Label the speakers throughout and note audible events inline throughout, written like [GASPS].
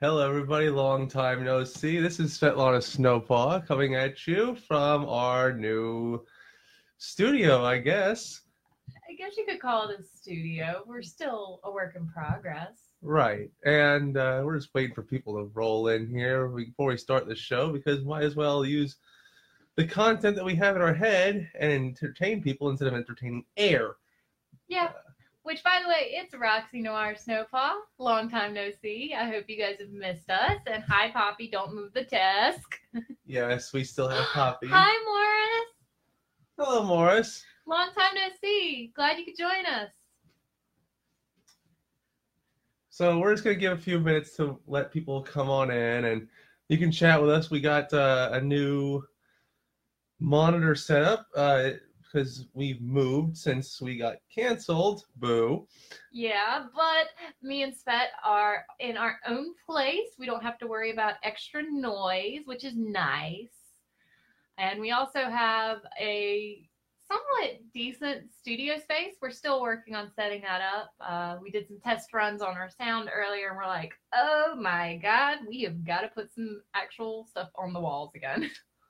Speaker 1: Hello, everybody. Long time no see. This is Svetlana Snowpaw coming at you from our new studio, I guess.
Speaker 2: I guess you could call it a studio. We're still a work in progress.
Speaker 1: Right. And uh, we're just waiting for people to roll in here before we start the show because might as well use the content that we have in our head and entertain people instead of entertaining air.
Speaker 2: Yeah. Which, by the way, it's Roxy Noir Snowpaw. Long time no see. I hope you guys have missed us. And hi, Poppy. Don't move the desk.
Speaker 1: Yes, we still have Poppy.
Speaker 2: Hi, Morris.
Speaker 1: Hello, Morris.
Speaker 2: Long time no see. Glad you could join us.
Speaker 1: So we're just gonna give a few minutes to let people come on in, and you can chat with us. We got uh, a new monitor set up because we've moved since we got canceled. Boo!
Speaker 2: Yeah, but me and Svet are in our own place. We don't have to worry about extra noise, which is nice. And we also have a somewhat decent studio space. We're still working on setting that up. Uh, we did some test runs on our sound earlier, and we're like, oh my God, we have got to put some actual stuff on the walls again.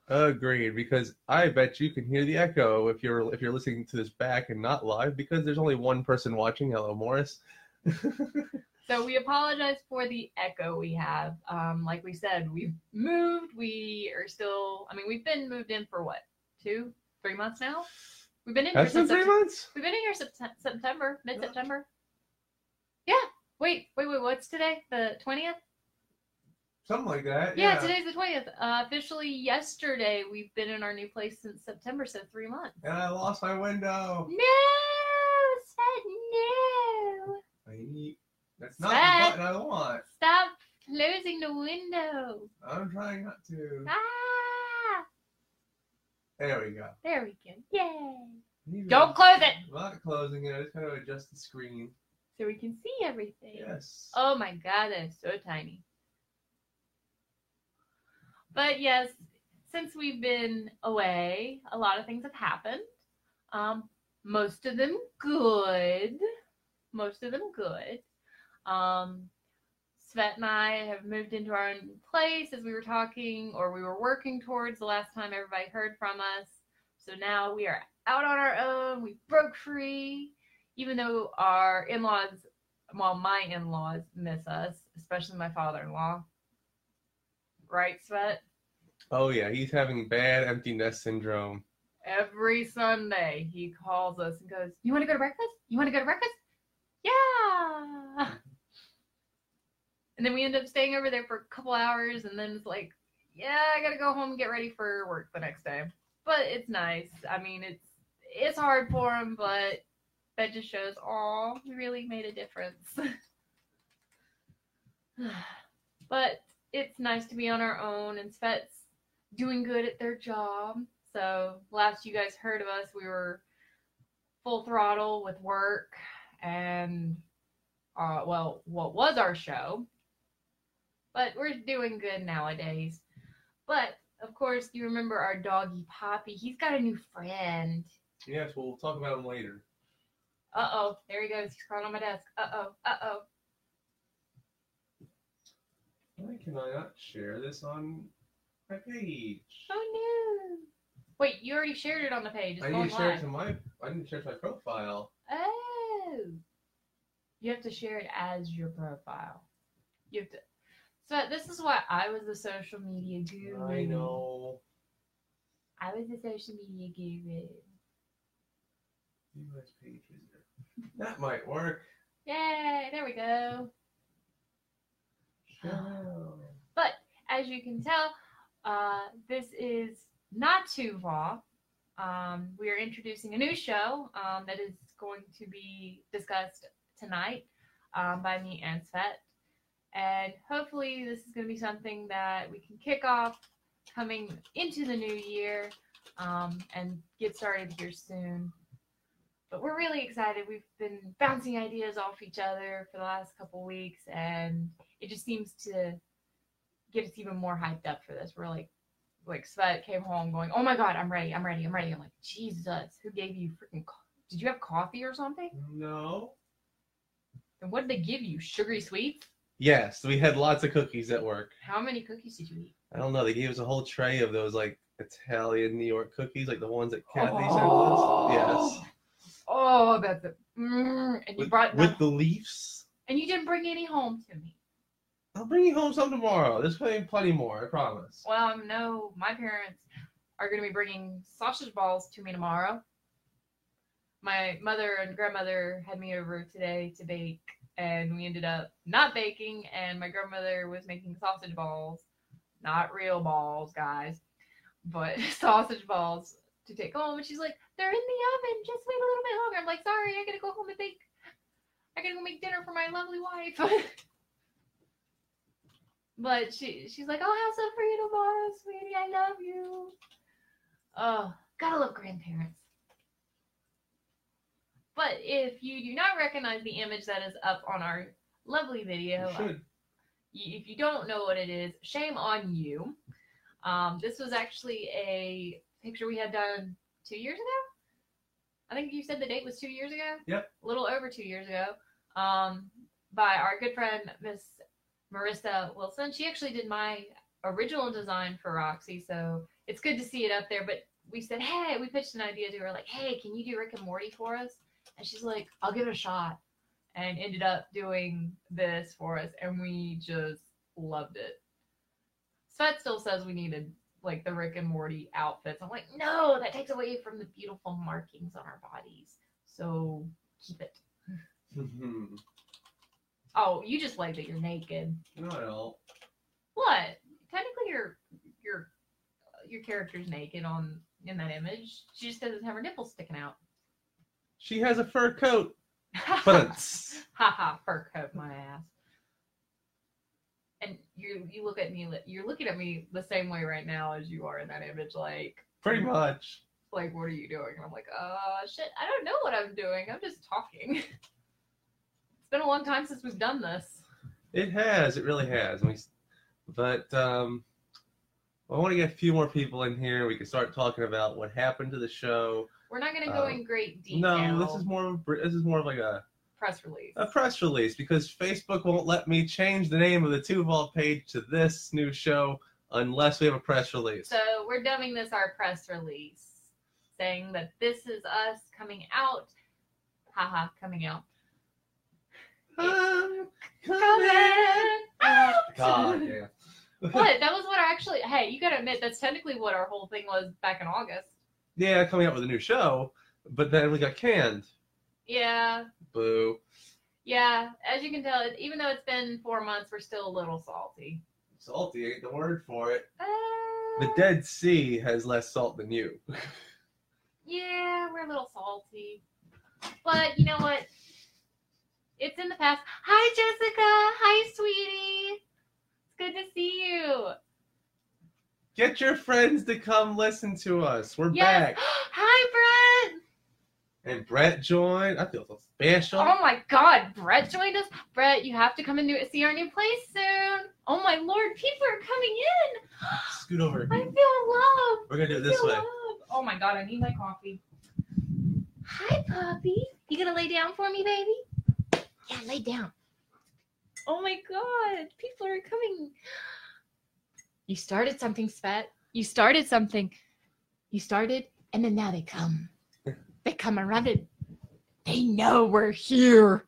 Speaker 1: Agreed. Because I bet you can hear the echo if you're if you're listening to this back and not live, because there's only one person watching. Hello, Morris.
Speaker 2: So we apologize for the echo we have. Um, like we said, we've moved. We are still, I mean, we've been moved in for what, two, three months now? We've been in here
Speaker 1: That's been
Speaker 2: since
Speaker 1: three
Speaker 2: Sept-
Speaker 1: months.
Speaker 2: We've been in here Sept- September, mid September. Yeah. Wait, wait, wait. What's today? The 20th?
Speaker 1: Something like that.
Speaker 2: Yeah, today's the 20th. Uh, officially, yesterday, we've been in our new place since September, so three months.
Speaker 1: And I lost my window.
Speaker 2: No, said no.
Speaker 1: I- That's
Speaker 2: Sad.
Speaker 1: I want.
Speaker 2: Stop closing the window.
Speaker 1: I'm trying not to.
Speaker 2: Ah,
Speaker 1: There we go.
Speaker 2: there we go. Yay.
Speaker 1: Leave
Speaker 2: Don't close it.
Speaker 1: I'm not closing it. I just kind of adjust the screen.
Speaker 2: So we can see everything.
Speaker 1: Yes.
Speaker 2: Oh my god, that is so tiny. But yes, since we've been away, a lot of things have happened. Um, most of them good. Most of them good. Um, Svet and I have moved into our own place as we were talking or we were working towards the last time everybody heard from us. So now we are out on our own. We broke free, even though our in laws well, my in laws miss us, especially my father in law. Right, Svet?
Speaker 1: Oh yeah, he's having bad empty nest syndrome.
Speaker 2: Every Sunday he calls us and goes, You want to go to breakfast? You want to go to breakfast? Yeah. [LAUGHS] And then we end up staying over there for a couple hours and then it's like, Yeah, I got to go home and get ready for work the next day. But it's nice. I mean, it's it's hard for him, but that just shows, oh, we really made a difference. [SIGHS] but it's nice to be on our own, and Svet's doing good at their job. So, last you guys heard of us, we were full throttle with work and, uh, well, what was our show. But we're doing good nowadays. But, of course, you remember our doggy Poppy. He's got a new friend.
Speaker 1: Yes, we'll talk about him later.
Speaker 2: Uh oh, there he goes. He's crawling on my desk. Uh oh, uh oh.
Speaker 1: Why can I not share this on my page?
Speaker 2: Oh no. Wait, you already shared it on the page. It's
Speaker 1: I
Speaker 2: going
Speaker 1: need to share it
Speaker 2: live.
Speaker 1: to my. I need to share it to my profile.
Speaker 2: Oh. You have to share it as your profile. You have to. So this is why I was the social media guru.
Speaker 1: I know.
Speaker 2: I was the social media guru.
Speaker 1: US page visitor. [LAUGHS] That might work.
Speaker 2: Yay! There we go. Oh.
Speaker 1: Share.
Speaker 2: as you can tell, uh, this is not Tuva. Um, we are introducing a new show um, that is going to be discussed tonight um, by me and Svet. And hopefully, this is going to be something that we can kick off coming into the new year um, and get started here soon. But we're really excited. We've been bouncing ideas off each other for the last couple weeks, and it just seems to get us even more hyped up for this. We're like, like Svet came home going, "Oh my god, I'm ready, I'm ready, I'm ready." I'm like, Jesus, who gave you freaking? Co- Did you have coffee or something?
Speaker 1: No.
Speaker 2: And what did they give you? Sugary sweets?
Speaker 1: Yes, we had lots of cookies at work.
Speaker 2: How many cookies did you eat?
Speaker 1: I don't know. They gave us a whole tray of those like Italian New York cookies, like the ones that Kathy sent us. Yes.
Speaker 2: Oh, about the mm, and you
Speaker 1: With,
Speaker 2: brought
Speaker 1: with the Leafs.
Speaker 2: and you didn't bring any home to me.
Speaker 1: I'll bring you home some tomorrow. There's plenty, plenty more. I promise.
Speaker 2: Well, um, no, my parents are going to be bringing sausage balls to me tomorrow. My mother and grandmother had me over today to bake, and we ended up not baking, and my grandmother was making sausage balls. Not real balls, guys, but [LAUGHS] sausage balls to take home. And she's like, they're in the oven. Just wait a little bit longer. I'm like, sorry, I got to go home and bake. I got to go make dinner for my lovely wife. [LAUGHS] But she she's like, I'll have some for you tomorrow, sweetie. I love you. Oh, gotta love grandparents. But if you do not recognize the image that is up on our lovely
Speaker 1: You
Speaker 2: video,
Speaker 1: should.
Speaker 2: y- if you don't know what it is, shame on you. Um, this was actually a picture we had done two years ago. I think you said the date was two years ago.
Speaker 1: Yep.
Speaker 2: A little over two years ago. Um, by our good friend Miss Marissa Wilson. She actually did my original design for Roxy, so it's good to see it up there. But we said, hey, we pitched an idea to her, like, hey, can you do Rick and Morty for us? And she's like, I'll give it a shot and ended up doing this for us and we just loved it. Svet still says we needed like the Rick and Morty outfits. I'm like, no, that takes away from the beautiful markings on our bodies. So keep it.
Speaker 1: Mhm.
Speaker 2: Oh, you just like that you're naked.
Speaker 1: Not at all.
Speaker 2: What? Technically your your your character's naked on in that image. She just doesn't have her nipples sticking out.
Speaker 1: She has a fur coat.
Speaker 2: [LAUGHS] Ha
Speaker 1: Buttons.
Speaker 2: ha! fur coat my ass. And you you look at me li- you're looking at me the same way right now as you are in that image, like
Speaker 1: [LAUGHS] Pretty much.
Speaker 2: like what are you doing? And I'm like, uh shit, I don't know what I'm doing. I'm just talking. [LAUGHS] it's been a long time since we've done this.
Speaker 1: It has. It really has. And we, but um, I want to get a few more people in here. We can start talking about what happened to the show.
Speaker 2: We're not gonna go
Speaker 1: Uh,
Speaker 2: in great detail.
Speaker 1: No, this is more. of a br- This is more of like a,
Speaker 2: press release.
Speaker 1: a press release because Facebook won't let me change the name of the Two Vault page to this new show unless we have a press release.
Speaker 2: So we're dubbing this our press release, saying that this is us coming out. Haha, coming out.
Speaker 1: I'm coming
Speaker 2: Coming out.
Speaker 1: God, yeah.
Speaker 2: What? That was what our actually. Hey, you gotta admit that's technically what our whole thing was back in August.
Speaker 1: yeah, coming out with a new show, but then we got canned.
Speaker 2: Yeah,
Speaker 1: Boo.
Speaker 2: yeah. As you can tell, it- even though it's been four months, we're still a little salty.
Speaker 1: Salty ain't the word for it.
Speaker 2: Uh,
Speaker 1: The Dead Sea has less salt than you.
Speaker 2: Yeah, we're a little salty, but you know what? It's in the past. Hi, Jessica. Hi, sweetie. It's good to see you.
Speaker 1: Get your friends to come listen to us. We're back.
Speaker 2: Yes. [GASPS] Hi, Brett.
Speaker 1: And Brett joined. I feel so special.
Speaker 2: Oh my God, Brett joined us. Brett, you have to come and do, see our new place soon. Oh my Lord, people are coming in.
Speaker 1: Scoot over.
Speaker 2: I feel love.
Speaker 1: We're gonna do it
Speaker 2: I
Speaker 1: this
Speaker 2: feel
Speaker 1: way.
Speaker 2: love. Oh my God, I need my coffee. Hi, puppy. You gonna lay down for me, baby? Yeah, lay down. Oh my God, people are coming. You started something, Svet. You started something. You started, and then now they come. They come around. They know we're here.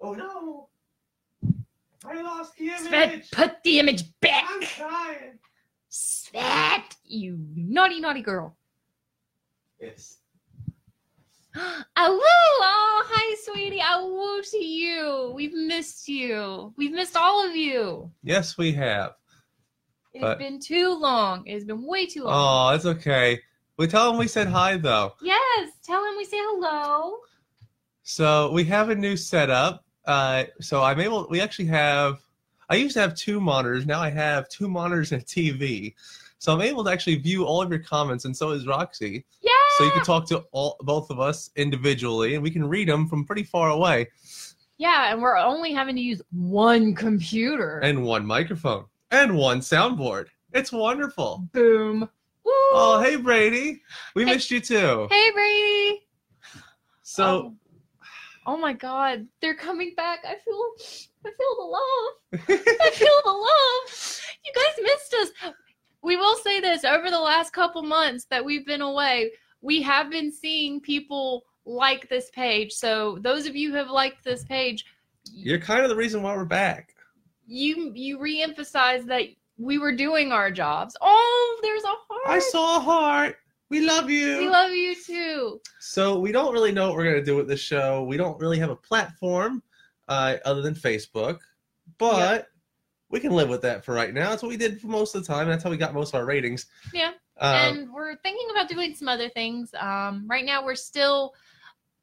Speaker 1: Oh no! I lost the
Speaker 2: Svet, put the image back.
Speaker 1: trying.
Speaker 2: Svet, you naughty, naughty girl.
Speaker 1: Yes.
Speaker 2: [GASPS] Awoo! Oh, hi, sweetie. Awoo to you. We've missed you. We've missed all of you.
Speaker 1: Yes, we have.
Speaker 2: It's
Speaker 1: But-
Speaker 2: been too long. It's been way too long.
Speaker 1: Oh, it's okay. We tell them we said hi though.
Speaker 2: yes, tell him we say hello.
Speaker 1: So we have a new setup. Uh, so I'm able. We actually have. I used to have two monitors. Now I have two monitors and a TV. So I'm able to actually view all of your comments, and so is Roxy.
Speaker 2: Yeah.
Speaker 1: So you can talk to all both of us individually, and we can read them from pretty far away
Speaker 2: yeah, and we're only having to use one computer.
Speaker 1: and one microphone and one soundboard. It's wonderful.
Speaker 2: Boom. Woo.
Speaker 1: Oh, hey Brady, we
Speaker 2: Hey.
Speaker 1: missed you too.
Speaker 2: Hey, Um, Brady.
Speaker 1: So
Speaker 2: oh. Oh my God, they're coming back. I feel I feel the love. I feel the love. You guys missed us. We will say this over the last couple months that we've been away, we have been seeing people like this page. So those of you who have liked this page,
Speaker 1: You're kind of the reason why we're back.
Speaker 2: you you reemphasize that we were doing our jobs. Oh, there's a heart.
Speaker 1: I saw a heart. We love you.
Speaker 2: We love you too.
Speaker 1: So we don't really know what we're gonna do with this show. We don't really have a platform uh, other than Facebook, but we can live with that for right now. That's what we did for most of the time. That's how we got most of our ratings.
Speaker 2: Yeah.
Speaker 1: Um,
Speaker 2: and we're thinking about doing some other things. Um, right now, we're still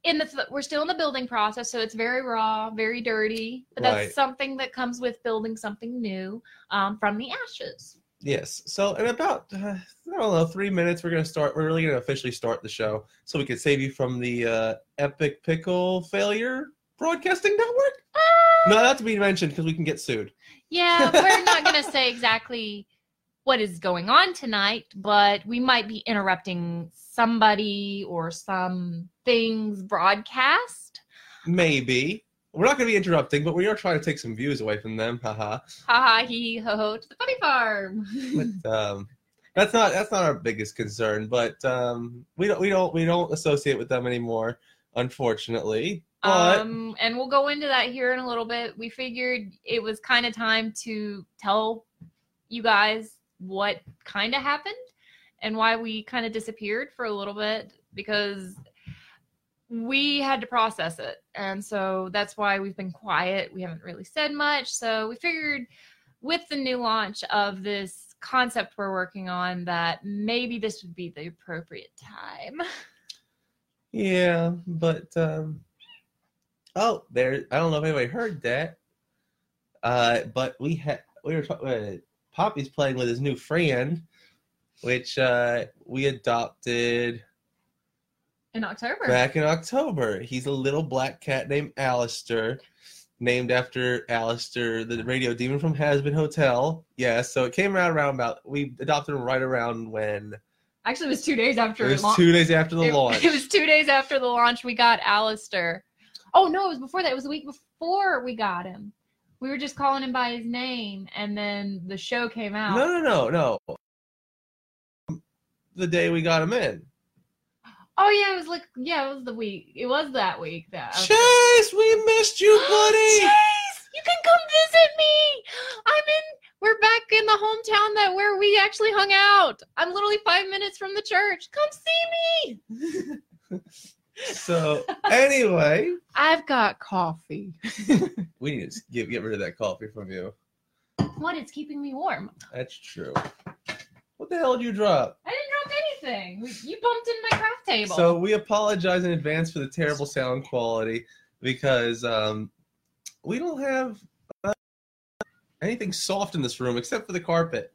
Speaker 2: in the we're still in the building process, so it's very raw, very dirty. But that's
Speaker 1: Right.
Speaker 2: something that comes with building something new um, from the ashes.
Speaker 1: yes. So in about uh, I don't know three minutes, we're gonna start. We're really gonna officially start the show, so we can save you from the uh, epic pickle failure broadcasting network.
Speaker 2: Ah!
Speaker 1: No, not to be mentioned because we can get sued.
Speaker 2: Yeah, we're not gonna say exactly what is going on tonight, but we might be interrupting somebody or some things broadcast.
Speaker 1: Maybe we're not gonna be interrupting, but we are trying to take some views away from them. Haha.
Speaker 2: Ha ha hee ho ho to the funny farm. [LAUGHS]
Speaker 1: but um, that's not that's not our biggest concern. But um, we don't we don't we don't associate with them anymore, unfortunately. But
Speaker 2: Um, and we'll go into that here in a little bit. We figured it was kind of time to tell you guys what kind of happened and why we kind of disappeared for a little bit because we had to process it. And so that's why we've been quiet. We haven't really said much. So we figured with the new launch of this concept we're working on that maybe this would be the appropriate time.
Speaker 1: yeah, but um, oh, there. I don't know if anybody heard that. Uh, but we had we were talking. Uh, Poppy's playing with his new friend, which uh, we adopted
Speaker 2: In October.
Speaker 1: back in October. He's a little black cat named Alistair, named after Alistair, the radio demon from Has Been Hotel. Yeah, so it came out around about we adopted him right around when
Speaker 2: Actually, it was two days after
Speaker 1: it was
Speaker 2: lau-
Speaker 1: two days after the
Speaker 2: it, [LAUGHS]
Speaker 1: launch.
Speaker 2: it was two days after the launch we got Alistair. Oh no, it was before that. It was a week before we got him. We were just calling him by his name, and then the show came out.
Speaker 1: no, no, no, no. The day we got him in,
Speaker 2: Oh yeah, it was like yeah, it was the week. It was that week that.
Speaker 1: Chase, we missed
Speaker 2: [GASPS]
Speaker 1: you, buddy.
Speaker 2: Chase, you can come visit me. I'm in. We're back in the hometown that where we actually hung out. I'm literally five minutes from the church. Come see me.
Speaker 1: so anyway,
Speaker 2: I've got coffee.
Speaker 1: we need to get get rid of that coffee from you.
Speaker 2: What? It's keeping me warm.
Speaker 1: That's true. What the hell did you drop?
Speaker 2: I didn't drop anything. We- You bumped into my craft table.
Speaker 1: So we apologize in advance for the terrible sound quality because um, we don't have uh, anything soft in this room except for the carpet.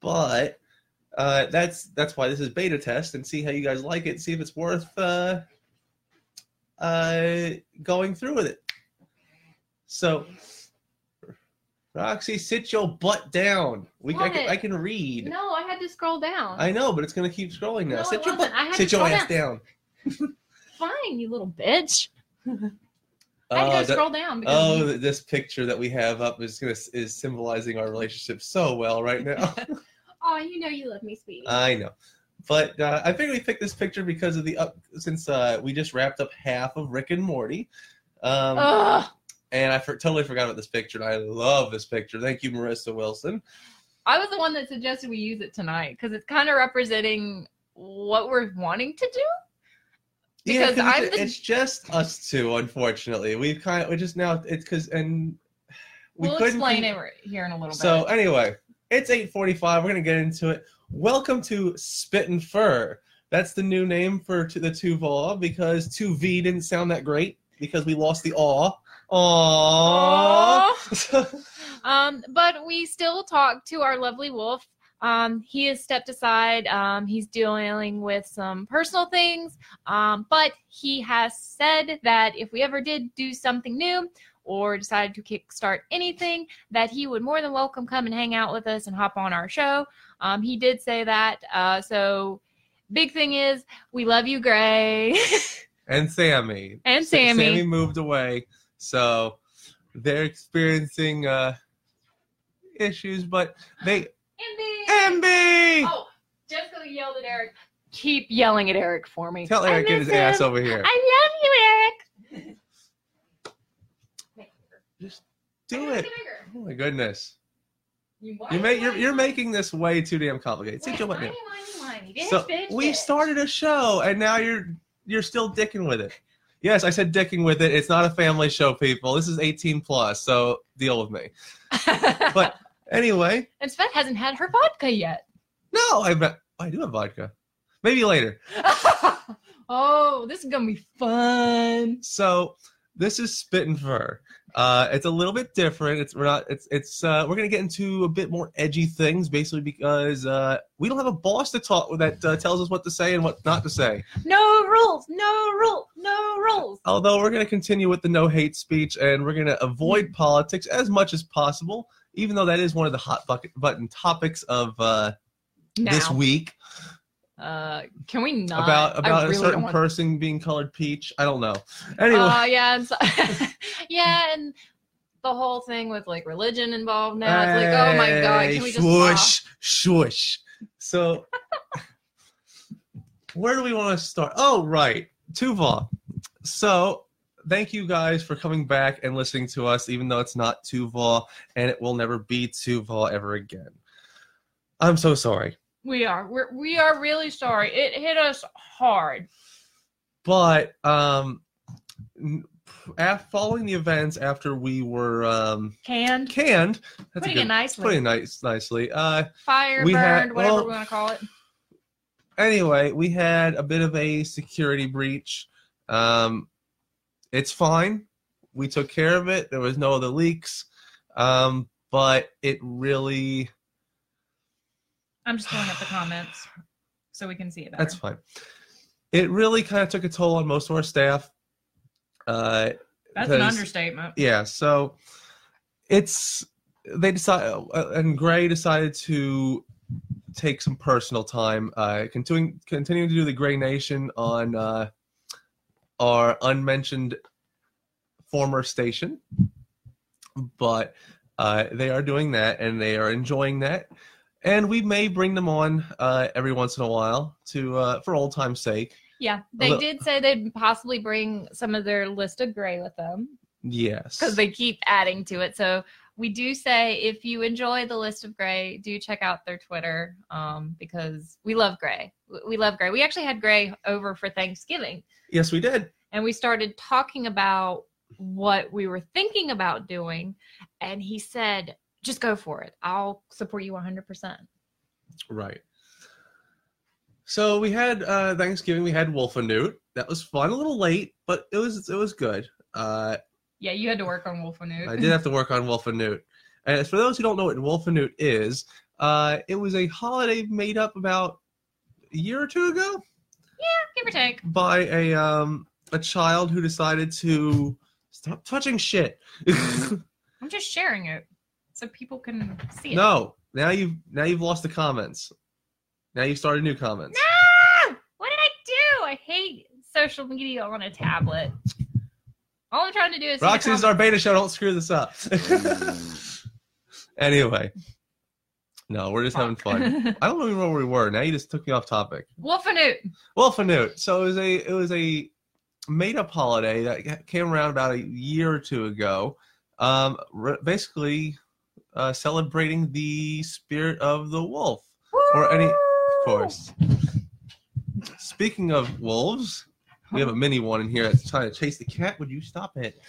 Speaker 1: But uh, that's that's why this is beta test and see how you guys like it, see if it's worth uh, uh, going through with it. So. Roxy, sit your butt down. We, I,
Speaker 2: Want
Speaker 1: can,
Speaker 2: it.
Speaker 1: I can read.
Speaker 2: no, I had to scroll down.
Speaker 1: I know, but it's gonna keep scrolling now.
Speaker 2: No,
Speaker 1: sit
Speaker 2: it
Speaker 1: your
Speaker 2: wasn't.
Speaker 1: butt,
Speaker 2: I had
Speaker 1: sit
Speaker 2: to
Speaker 1: your
Speaker 2: scroll
Speaker 1: ass down.
Speaker 2: Fine, you little bitch. I had
Speaker 1: Oh,
Speaker 2: to go
Speaker 1: that-
Speaker 2: scroll down because
Speaker 1: oh,
Speaker 2: you-
Speaker 1: th- this picture that we have up is gonna is symbolizing our relationship so well right
Speaker 2: [LAUGHS]
Speaker 1: now.
Speaker 2: oh, you know you love me, sweetie.
Speaker 1: I know, but uh, I think we picked this picture because of the up since uh, we just wrapped up half of Rick and Morty. Um,
Speaker 2: Ugh.
Speaker 1: and I for- totally forgot about this picture. And I love this picture. Thank you, Marissa Wilson.
Speaker 2: I was the one that suggested we use it tonight because it's kind of representing what we're wanting to do. Because
Speaker 1: yeah, 'cause
Speaker 2: I'm
Speaker 1: it's,
Speaker 2: the-
Speaker 1: it's just us two. Unfortunately, we've kind of we just now it's because and we
Speaker 2: We will
Speaker 1: couldn't
Speaker 2: explain
Speaker 1: con-
Speaker 2: it right here in a little
Speaker 1: So
Speaker 2: bit.
Speaker 1: anyway, it's 8:45. We're gonna get into it. Welcome to Spit and Fur. That's the new name for t- the Tuval because 2V didn't sound that great because we lost the aw. Aw. [LAUGHS]
Speaker 2: Um, but we still talk to our lovely wolf. Um, he has stepped aside. Um, he's dealing with some personal things. Um, but he has said that if we ever did do something new or decided to kickstart anything, that he would more than welcome come and hang out with us and hop on our show. Um, he did say that. Uh, so big thing is we love you, Gray [LAUGHS]
Speaker 1: and Sammy.
Speaker 2: and
Speaker 1: Sa-
Speaker 2: Sammy.
Speaker 1: Sammy moved away, so they're experiencing uh, issues, but they
Speaker 2: MB.
Speaker 1: MB
Speaker 2: Oh, Jessica yelled at Eric. Keep yelling at Eric for me.
Speaker 1: tell
Speaker 2: I
Speaker 1: Eric get his
Speaker 2: miss him.
Speaker 1: ass over here.
Speaker 2: I love you, Eric. Make it bigger.
Speaker 1: Just do
Speaker 2: Make
Speaker 1: it.
Speaker 2: it bigger.
Speaker 1: Oh my goodness.
Speaker 2: You, whiny,
Speaker 1: You make you're,
Speaker 2: whiny,
Speaker 1: you're
Speaker 2: whiny.
Speaker 1: making this way too damn complicated. Sit your butt
Speaker 2: whiny,
Speaker 1: down.
Speaker 2: whiny, whiny. Bitch,
Speaker 1: So
Speaker 2: bitch,
Speaker 1: we
Speaker 2: bitch.
Speaker 1: started a show and now you're you're still dicking with it. Yes, I said dicking with it. It's not a family show, people. This is 18 plus, so deal with me.
Speaker 2: [LAUGHS]
Speaker 1: But anyway,
Speaker 2: and Sven hasn't had her vodka yet. [LAUGHS]
Speaker 1: no, I bet I do have vodka. Maybe later.
Speaker 2: oh, this is gonna be fun.
Speaker 1: So this is Spit and Fur. Uh, it's a little bit different. It's we're not. It's it's uh, we're gonna get into a bit more edgy things, basically because uh, we don't have a boss to talk with that uh, tells us what to say and what not to say.
Speaker 2: No rules, no rules, no rules.
Speaker 1: Although we're gonna continue with the no hate speech and we're gonna
Speaker 2: Mm.
Speaker 1: avoid politics as much as possible, even though that is one of the hot bucket button topics of uh,
Speaker 2: Now,
Speaker 1: this week
Speaker 2: uh, can we not
Speaker 1: about
Speaker 2: I
Speaker 1: about
Speaker 2: really
Speaker 1: a
Speaker 2: don't
Speaker 1: certain
Speaker 2: want-
Speaker 1: person being colored peach. I don't know. Anyway,
Speaker 2: Uh, yeah, and so, [LAUGHS] yeah, and the whole thing with like religion involved now. It's like, oh my god, can we just stop?
Speaker 1: Shush, shush. So, where do we want to start? Oh, right, Tuval. So, thank you guys for coming back and listening to us, even though it's not Tuval and it will never be Tuval ever again. I'm so sorry,
Speaker 2: We are, we're, we are really sorry. It hit us hard.
Speaker 1: but um, n- af- following the events after we were um
Speaker 2: Canned,
Speaker 1: canned, that's
Speaker 2: putting
Speaker 1: a
Speaker 2: it
Speaker 1: good.
Speaker 2: nicely,
Speaker 1: Putting it nice, nicely. Uh,
Speaker 2: fire
Speaker 1: we
Speaker 2: burned,
Speaker 1: had-
Speaker 2: whatever
Speaker 1: well-
Speaker 2: we want to call it.
Speaker 1: anyway, we had a bit of a security breach. Um, it's fine. We took care of it. There was no other leaks. Um, but it really
Speaker 2: I'm just going up the comments so we can see it better.
Speaker 1: that's fine. It really kind of took a toll on most of our staff. Uh,
Speaker 2: That's an
Speaker 1: because-
Speaker 2: understatement.
Speaker 1: yeah so it's they decided and gray decided to take some personal time uh continuing continuing to do the gray nation on uh our unmentioned former station but uh they are doing that and they are enjoying that and we may bring them on uh every once in a while to uh for old time's sake
Speaker 2: Yeah, they
Speaker 1: Although-
Speaker 2: did say they'd possibly bring some of their list of gray with them
Speaker 1: yes
Speaker 2: because they keep adding to it. So we do say if you enjoy the list of gray, do check out their Twitter um, because we love gray. W- We love gray. We actually had gray over for Thanksgiving
Speaker 1: yes we did
Speaker 2: and we started talking about what we were thinking about doing, and he said, "Just go for it. I'll support you 100." percent
Speaker 1: Right. So we had uh, Thanksgiving. We had Wolf and Newt. That was fun. A little late, but it was it was good. Uh,
Speaker 2: Yeah, you had to work on Wolf Newt.
Speaker 1: I did have to work on Wolf and Newt. And for those who don't know what Wolf and Newt is, uh, it was a holiday made up about a year or two ago
Speaker 2: give or take.
Speaker 1: by a um, a child who decided to stop touching shit. [LAUGHS]
Speaker 2: I'm just sharing it so people can see it.
Speaker 1: no, now you've now you've lost the comments. Now you've started new comments.
Speaker 2: No! What did I do? I hate social media on a tablet. All I'm trying to do is. see the
Speaker 1: Roxy's our beta show. Don't screw this up. [LAUGHS] anyway, no, we're just having
Speaker 2: comments.
Speaker 1: [LAUGHS] fun.
Speaker 2: [LAUGHS]
Speaker 1: I don't even know where we were. Now you just took me off topic.
Speaker 2: Wolfanoot.
Speaker 1: Well, Fanute. So it was a it was a made up holiday that ca- came around about a year or two ago. Um, re- basically uh, celebrating the spirit of the wolf, Or any- of
Speaker 2: [LAUGHS]
Speaker 1: course. Speaking of wolves, we have a mini one in here that's trying to chase the cat. Would you stop it?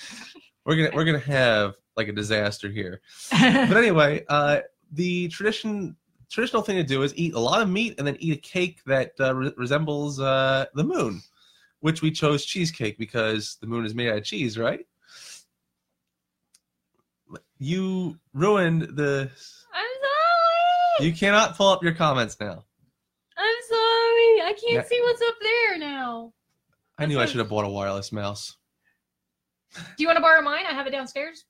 Speaker 1: We're gonna we're gonna have like a disaster here. but anyway, uh, the tradition traditional thing to do is eat a lot of meat and then eat a cake that uh, re- resembles uh, the moon, which we chose cheesecake because the moon is made out of cheese, right? You ruined the.
Speaker 2: I'm sorry.
Speaker 1: You cannot pull up your comments now.
Speaker 2: I'm sorry. I can't
Speaker 1: Yeah.
Speaker 2: see what's up there now.
Speaker 1: I knew I should have bought a wireless mouse.
Speaker 2: Do you want to borrow mine? I have it downstairs.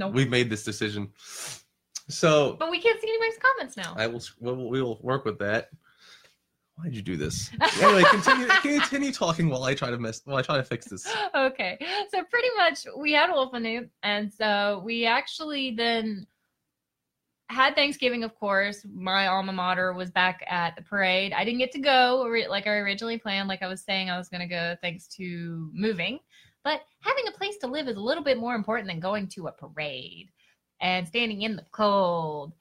Speaker 2: Oh.
Speaker 1: We've made this decision, so
Speaker 2: But we can't see anybody's comments now.
Speaker 1: I will. We will, we will work with that. Why'd you do
Speaker 2: [LAUGHS]
Speaker 1: this? Anyway, continue continue talking while I try to mess while I try to fix this.
Speaker 2: [LAUGHS] okay. So pretty much we had Wolfanoop, and so we actually then had Thanksgiving, of course. My alma mater was back at the parade. I didn't get to go ori- like I originally planned. Like I was saying, I was going to go thanks to moving. But having a place to live is a little bit more important than going to a parade and standing in the cold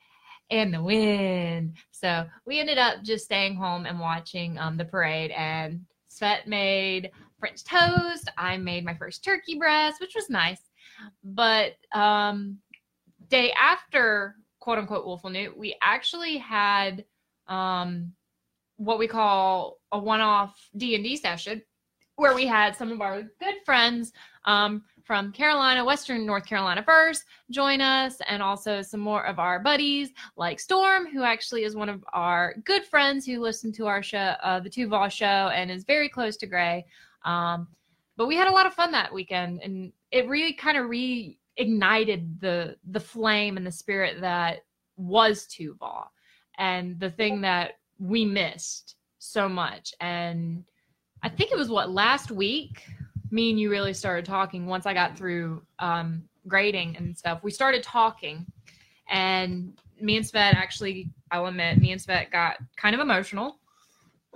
Speaker 2: and the wind. So we ended up just staying home and watching um, the parade. And Svet made French toast. I made my first turkey breast, which was nice. But um, day after quote unquote Wolfenute, we actually had um, what we call a one-off D&D session where we had some of our good friends um, from Carolina, Western North Carolina first, join us, and also some more of our buddies like Storm, who actually is one of our good friends who listened to our show, uh, the Tuval show, and is very close to Gray. Um, but we had a lot of fun that weekend, and it really kind of reignited the the flame and the spirit that was Tuval, and the thing that we missed so much. And I think it was what last week. Me and you really started talking once I got through um, grading and stuff. We started talking, and me and Svet actually, I'll admit, me and Svet got kind of emotional.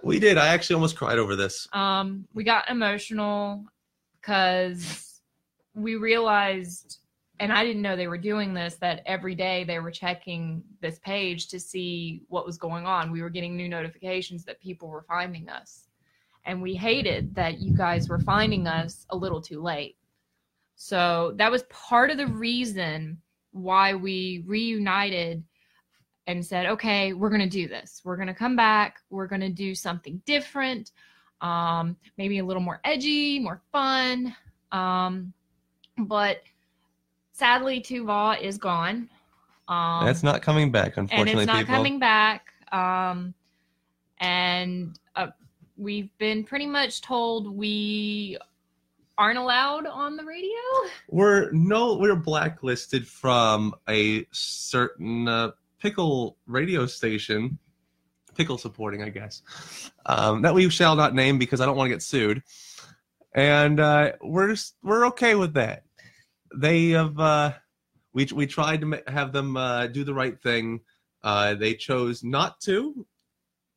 Speaker 1: We did. I actually almost cried over this.
Speaker 2: Um, we got emotional because we realized, and I didn't know they were doing this, that every day they were checking this page to see what was going on. We were getting new notifications that people were finding us. And we hated that you guys were finding us a little too late. So that was part of the reason why we reunited and said, okay, we're going to do this. We're going to come back. We're going to do something different, um, maybe a little more edgy, more fun. Um, but sadly, Tuva is gone. Um,
Speaker 1: That's not coming back,
Speaker 2: and
Speaker 1: unfortunately.
Speaker 2: it's not
Speaker 1: people.
Speaker 2: coming back. Um, and uh, we've been pretty much told we aren't allowed on the radio.
Speaker 1: We're no, we're blacklisted from a certain uh, pickle radio station, pickle supporting, I guess, um, that we shall not name because I don't want to get sued. And uh, we're just, we're okay with that. They have uh, we we tried to ma- have them uh, do the right thing. Uh, they chose not to,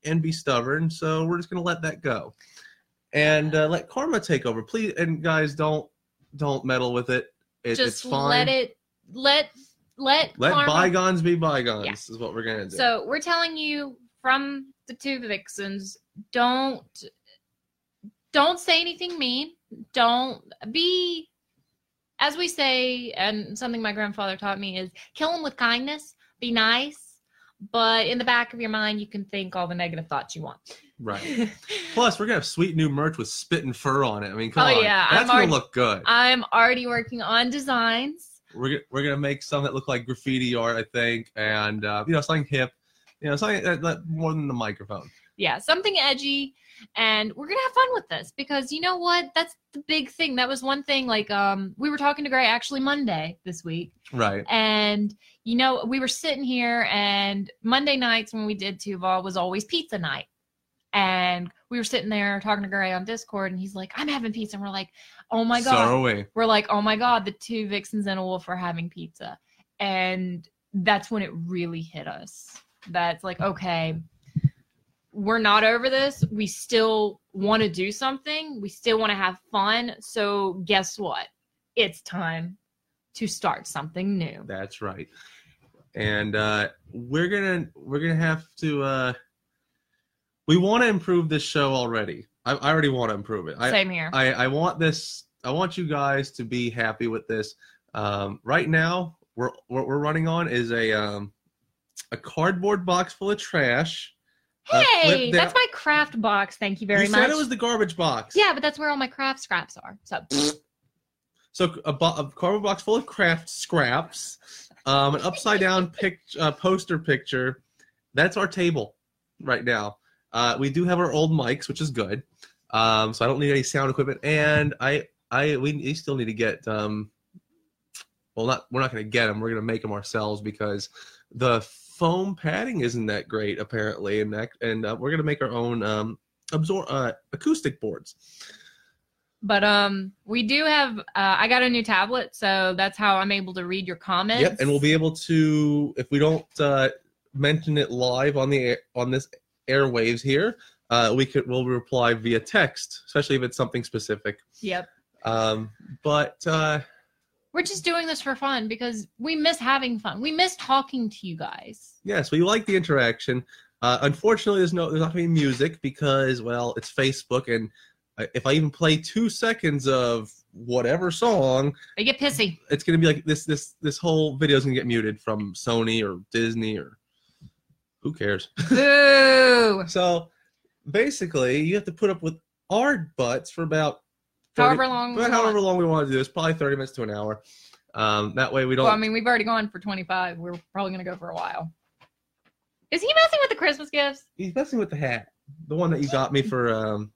Speaker 1: and be stubborn. So we're just gonna let that go, and uh, let karma take over, please. And guys, don't don't meddle with it. it it's
Speaker 2: Just
Speaker 1: fine.
Speaker 2: let it let let
Speaker 1: Let
Speaker 2: karma-
Speaker 1: bygones be bygones
Speaker 2: Yeah.
Speaker 1: is what we're gonna do.
Speaker 2: So we're telling you from the two vixens, don't don't say anything mean. Don't be as we say, and something my grandfather taught me is kill them with kindness, be nice, but in the back of your mind you can think all the negative thoughts you want.
Speaker 1: right. Plus, we're gonna have sweet new merch with spit and fur on it. I mean, come
Speaker 2: Oh,
Speaker 1: on,
Speaker 2: yeah,
Speaker 1: that's
Speaker 2: I'm
Speaker 1: gonna
Speaker 2: already-
Speaker 1: look good.
Speaker 2: [LAUGHS] I'm already working on designs.
Speaker 1: we're go- we're gonna make some that look like graffiti art, I think, and uh, you know, something hip, you know, something that, that more than the microphone.
Speaker 2: yeah, something edgy, and we're gonna have fun with this because you know what? That's the big thing. That was one thing. Like, um, we were talking to Gray actually Monday this week,
Speaker 1: Right.
Speaker 2: and you know, we were sitting here, and Monday nights when we did Tuval was always pizza night, and we were sitting there talking to Gray on Discord, and he's like, "I'm having pizza," and we're like, "Oh my
Speaker 1: So
Speaker 2: god!"
Speaker 1: are we.
Speaker 2: we're like, oh my God, the two vixens and a wolf are having pizza. And that's when it really hit us. That's like, okay, we're not over this. We still want to do something. We still want to have fun. So, guess what? It's time to start something new.
Speaker 1: That's right. And uh, we're gonna we're gonna have to. Uh, we want to improve this show already. I, I already want to improve it. I,
Speaker 2: Same here.
Speaker 1: I, I want this. I want you guys to be happy with this. Um, right now, we're what we're running on is a um, a cardboard box full of trash. I
Speaker 2: hey,
Speaker 1: flipped
Speaker 2: that's
Speaker 1: out-
Speaker 2: my craft box. Thank you very
Speaker 1: you
Speaker 2: much.
Speaker 1: said it was the garbage box.
Speaker 2: yeah, but that's where all my craft scraps are. So,
Speaker 1: So a, bo- a cardboard box full of craft scraps, um, an upside down pic- uh, poster picture. That's our table right now. Uh, we do have our old mics, which is good. Um, so I don't need any sound equipment, and I I we, we still need to get um, well not we're not going to get them we're going to make them ourselves because the foam padding isn't that great apparently and that and uh, we're going to make our own um absor- uh, acoustic boards
Speaker 2: But um, we do have. Uh, I got a new tablet, so that's how I'm able to read your comments.
Speaker 1: yep and we'll be able to if we don't uh mention it live on the air, on this airwaves here uh we could we'll reply via text especially if it's something specific
Speaker 2: Yep.
Speaker 1: um but uh
Speaker 2: We're just doing this for fun because we miss having fun. We miss talking to you guys.
Speaker 1: Yes, we like the interaction. Uh, unfortunately, there's no there's not gonna be music because well, it's Facebook, and uh, if I even play two seconds of whatever song,
Speaker 2: They
Speaker 1: [LAUGHS]
Speaker 2: get pissy.
Speaker 1: it's gonna be like this this this whole video's gonna get muted from Sony or Disney or who cares.
Speaker 2: Boo.
Speaker 1: So basically, you have to put up with our butts for about 30
Speaker 2: However long. we
Speaker 1: about however
Speaker 2: want.
Speaker 1: long we want to do this, probably thirty minutes to an hour. Um, that way we don't.
Speaker 2: Well, I mean, we've already gone for 25. We're probably gonna go for a while. Is he messing with the Christmas gifts?
Speaker 1: he's messing with the hat, the one that you got me for um,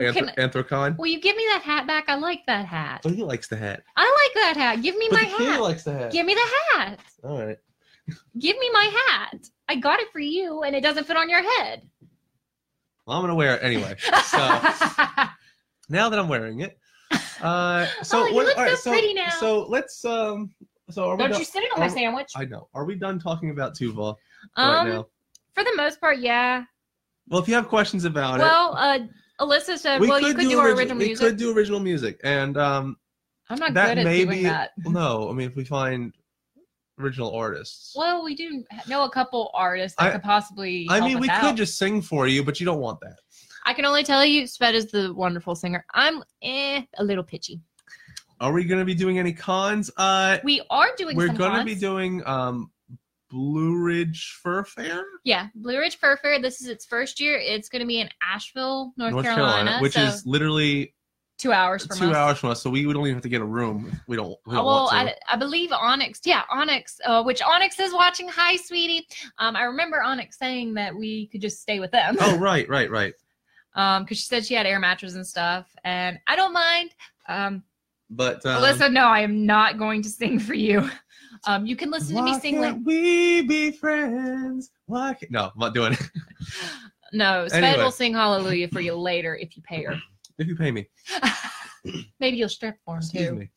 Speaker 2: Can-
Speaker 1: Anthro- Anthrocon.
Speaker 2: Will you give me that hat back? I like that hat.
Speaker 1: But he likes the hat.
Speaker 2: I like that hat. Give me
Speaker 1: but
Speaker 2: my
Speaker 1: the kid
Speaker 2: hat.
Speaker 1: likes the hat.
Speaker 2: Give me the hat.
Speaker 1: All right.
Speaker 2: Give me my hat. I got it for you, and it doesn't fit on your head.
Speaker 1: Well, I'm gonna wear it anyway.
Speaker 2: [LAUGHS]
Speaker 1: So now that I'm wearing it, uh, so
Speaker 2: Oh, you
Speaker 1: what-
Speaker 2: look
Speaker 1: all right,
Speaker 2: so pretty now.
Speaker 1: So let's um. So are we?
Speaker 2: Don't
Speaker 1: Done,
Speaker 2: you sit it on my
Speaker 1: are-
Speaker 2: sandwich?
Speaker 1: I know. Are we done talking about Tuval right
Speaker 2: Um,
Speaker 1: now?
Speaker 2: for the most part, yeah.
Speaker 1: Well, if you have questions about
Speaker 2: Well, uh, Alyssa said,
Speaker 1: it, we
Speaker 2: "Well,
Speaker 1: could
Speaker 2: you could
Speaker 1: do,
Speaker 2: do, our
Speaker 1: origi-
Speaker 2: original
Speaker 1: we
Speaker 2: music."
Speaker 1: could do original music, and um,
Speaker 2: [LAUGHS] I'm not
Speaker 1: that
Speaker 2: good at
Speaker 1: may
Speaker 2: doing
Speaker 1: be-
Speaker 2: that.
Speaker 1: well, no, I mean if we find original artists.
Speaker 2: Well, we do know a couple artists that
Speaker 1: I-
Speaker 2: could possibly.
Speaker 1: I
Speaker 2: help
Speaker 1: mean,
Speaker 2: us
Speaker 1: we
Speaker 2: out.
Speaker 1: could just sing for you, but you don't want that.
Speaker 2: I can only tell you, Sved is the wonderful singer. I'm eh, a little pitchy.
Speaker 1: Are we going to be doing any cons? Uh,
Speaker 2: We are doing.
Speaker 1: we're
Speaker 2: some
Speaker 1: gonna
Speaker 2: cons.
Speaker 1: be doing um blue ridge fur fair
Speaker 2: Yeah, Blue Ridge Fur Fair. This is its first year. It's going to be in Asheville, North, Carolina,
Speaker 1: which
Speaker 2: so
Speaker 1: is literally
Speaker 2: two hours from
Speaker 1: two
Speaker 2: us.
Speaker 1: hours from us so we would only have to get a room if we don't, we
Speaker 2: Oh,
Speaker 1: don't
Speaker 2: well,
Speaker 1: want to.
Speaker 2: I, I believe Onyx. Yeah, Onyx, uh, which Onyx is watching. Hi, sweetie. Um, I remember Onyx saying that we could just stay with them.
Speaker 1: oh right right right Oh.
Speaker 2: Um, because she said she had air mattress and stuff, and I don't mind. Um,
Speaker 1: but um,
Speaker 2: Alyssa, no, I am not going to sing for you. Um, you can listen to
Speaker 1: why
Speaker 2: me sing.
Speaker 1: can't
Speaker 2: Like,
Speaker 1: we be friends why can't... no i'm not doing it [LAUGHS]
Speaker 2: no, Sped
Speaker 1: Anyway.
Speaker 2: will sing Hallelujah for you later if you pay her.
Speaker 1: if you pay me
Speaker 2: Maybe you'll strip for him
Speaker 1: excuse
Speaker 2: too.
Speaker 1: me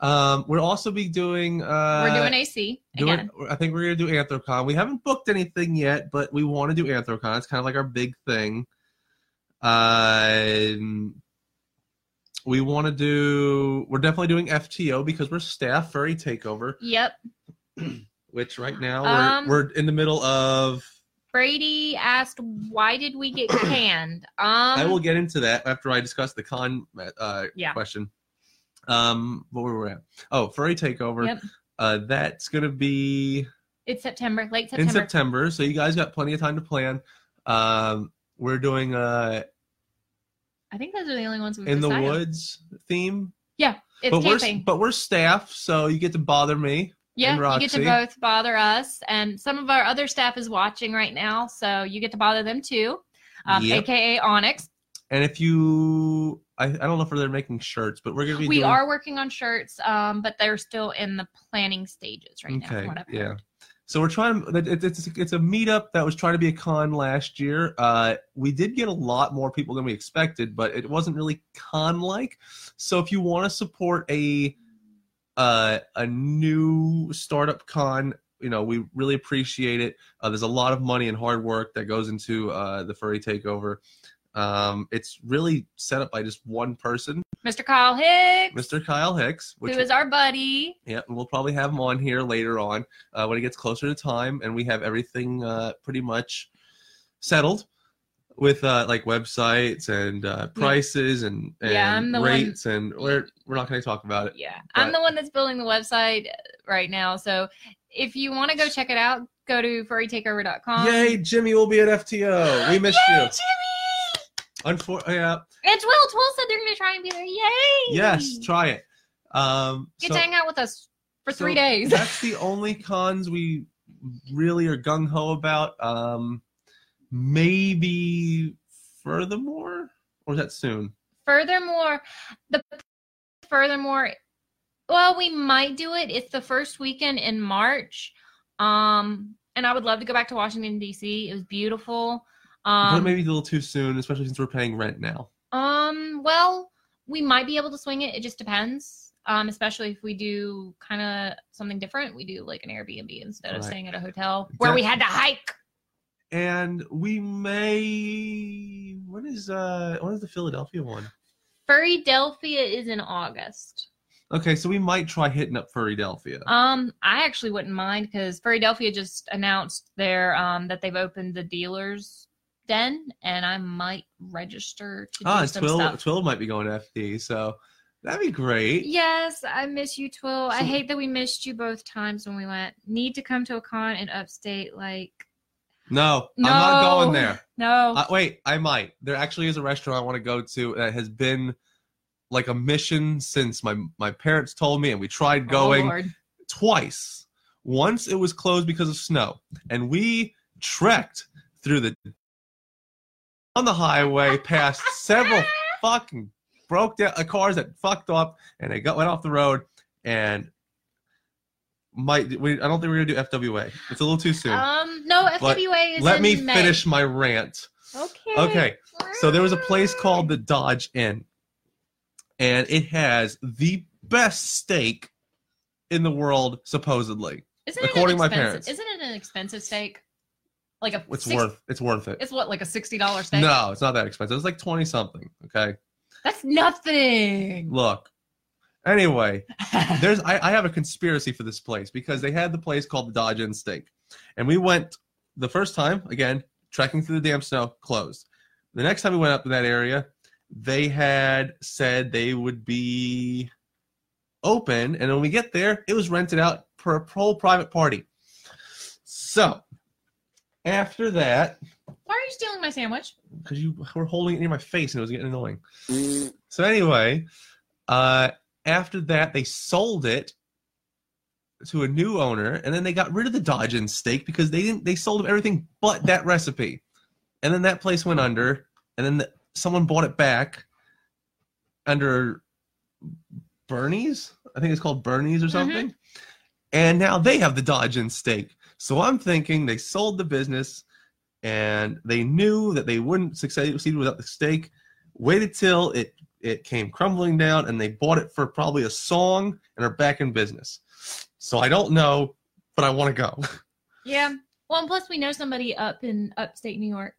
Speaker 1: um we'll also be doing uh
Speaker 2: We're doing AC
Speaker 1: doing-
Speaker 2: again.
Speaker 1: I think we're gonna do Anthrocon. We haven't booked anything yet, but we want to do Anthrocon. It's kind of like our big thing. Um, we want to do. We're definitely doing FTO because we're staff furry takeover,
Speaker 2: Yep,
Speaker 1: which right now we're,
Speaker 2: Um,
Speaker 1: we're in the middle of.
Speaker 2: Brady asked, "Why did we
Speaker 1: [COUGHS]
Speaker 2: get canned?" Um,
Speaker 1: I will get into that after I discuss the con uh,
Speaker 2: Yeah.
Speaker 1: question. Um, what were we at? Oh, furry takeover.
Speaker 2: Yep.
Speaker 1: Uh, that's gonna be
Speaker 2: It's September, late
Speaker 1: in
Speaker 2: September.
Speaker 1: September. So you guys got plenty of time to plan. Um, we're doing uh
Speaker 2: I think those are the only ones we've
Speaker 1: in the
Speaker 2: decided.
Speaker 1: woods theme,
Speaker 2: It's
Speaker 1: but we're
Speaker 2: camping.
Speaker 1: but we're staff, so you get to bother me. and
Speaker 2: yeah, you get
Speaker 1: Roxy.
Speaker 2: to both bother us, and some of our other staff is watching right now, so you get to bother them too. Um,
Speaker 1: Yep.
Speaker 2: AKA Onyx.
Speaker 1: And if you, I, I don't know if they're making shirts, but we're gonna be
Speaker 2: We
Speaker 1: doing,
Speaker 2: are working on shirts, um, but they're still in the planning stages right now.
Speaker 1: okay,
Speaker 2: from what I've
Speaker 1: yeah.
Speaker 2: heard.
Speaker 1: So we're trying. It, it's it's a meetup that was trying to be a con last year. Uh, we did get a lot more people than we expected, but it wasn't really con like. So if you want to support a uh, a new startup con. You know, we really appreciate it. Uh, there's a lot of money and hard work that goes into uh, the furry takeover. Um, it's really set up by just one person,
Speaker 2: Mr. Kyle Hicks,
Speaker 1: Mr. Kyle Hicks,
Speaker 2: who
Speaker 1: which
Speaker 2: is our buddy.
Speaker 1: yeah, and we'll probably have him on here later on uh, when it gets closer to time, and we have everything uh, pretty much settled with uh, like websites and uh, prices and, and
Speaker 2: Yeah, I'm the one-
Speaker 1: rates, and we're we're not going to talk about it.
Speaker 2: Yeah, I'm
Speaker 1: But-
Speaker 2: the one that's building the website uh, right now. So if you want to go check it out, go to furrytakeover.com.
Speaker 1: Yay, Jimmy will be at FTO. We missed
Speaker 2: Um, Yay,
Speaker 1: you.
Speaker 2: Jimmy!
Speaker 1: Unfor- oh, yeah.
Speaker 2: It's Will. Will said they're going to try and be there. Yay!
Speaker 1: Yes, try it. Um,
Speaker 2: Get
Speaker 1: so
Speaker 2: to hang out with us for
Speaker 1: so
Speaker 2: three days. [LAUGHS]
Speaker 1: that's the only cons we really are gung ho about. Um, maybe furthermore, or is that soon?
Speaker 2: furthermore, the furthermore Well, we might do it. It's the first weekend in March. Um, and I would love to go back to Washington D.C. It was beautiful.
Speaker 1: but
Speaker 2: Um,
Speaker 1: maybe a little too soon, especially since we're paying rent now.
Speaker 2: um, well, we might be able to swing it. It just depends. Um, especially if we do kind of something different. We do like an Airbnb instead of
Speaker 1: Right.
Speaker 2: staying at a hotel where we had to hike.
Speaker 1: And we may. When is uh? When is the Philadelphia one?
Speaker 2: Furry Delphia is in August.
Speaker 1: Okay, so we might try hitting up Philadelphia.
Speaker 2: Um, I actually wouldn't mind because Philadelphia just announced their um that they've opened the dealers den, and I might register to do
Speaker 1: ah, and
Speaker 2: some
Speaker 1: Twill,
Speaker 2: stuff.
Speaker 1: Twill might be going to FD, so that'd be great.
Speaker 2: Yes, I miss you, Twill. I
Speaker 1: So-
Speaker 2: hate that we missed you both times when we went. Need to come to a con in upstate. Like,
Speaker 1: No, I'm not
Speaker 2: No.
Speaker 1: going there.
Speaker 2: no,
Speaker 1: Uh, wait, I might. There actually is a restaurant I want to go to that has been like a mission since my my parents told me, and we tried
Speaker 2: Oh,
Speaker 1: going
Speaker 2: Lord.
Speaker 1: twice. Once it was closed because of snow, and we trekked through the on the highway past
Speaker 2: [LAUGHS]
Speaker 1: several
Speaker 2: Ah,
Speaker 1: fucking broke down uh, cars that fucked up, and they got went off the road and. Might we, I don't think we're gonna do FWA. It's a little too soon.
Speaker 2: Um, no, FWA is
Speaker 1: Let
Speaker 2: in
Speaker 1: me
Speaker 2: May.
Speaker 1: finish my rant.
Speaker 2: Okay.
Speaker 1: Okay, so there was a place called the Dodge Inn, and it has the best steak in the world, supposedly.
Speaker 2: Isn't it an
Speaker 1: according to my
Speaker 2: expensive-
Speaker 1: parents.
Speaker 2: Isn't it an expensive steak? Like a
Speaker 1: It's
Speaker 2: six-
Speaker 1: worth it's worth it.
Speaker 2: It's what like a sixty dollar steak.
Speaker 1: No, it's not that expensive. It's like twenty something. Okay, [LAUGHS]
Speaker 2: That's nothing.
Speaker 1: look. Anyway, there's I, I have a conspiracy for this place because they had the place called the Dodge Inn Steak, and we went the first time again trekking through the damn snow, closed. The next time we went up to that area, they had said they would be open, and when we get there, it was rented out for a whole private party. So after that,
Speaker 2: Why are you stealing my sandwich?
Speaker 1: because you were holding it near my face and it was getting annoying. So anyway, uh, after that, they sold it to a new owner, and then they got rid of the Dodge and steak because they didn't. They sold them everything but that recipe, and then that place went under, and then the, someone bought it back under Bernie's. I think it's called Bernie's or something. And now they have the Dodge and steak. So I'm thinking they sold the business, and they knew that they wouldn't succeed without the steak. Waited till it it came crumbling down and they bought it for probably a song and are back in business. So I don't know, but I want to go. [LAUGHS]
Speaker 2: Yeah. Well, and plus we know somebody up in upstate New York,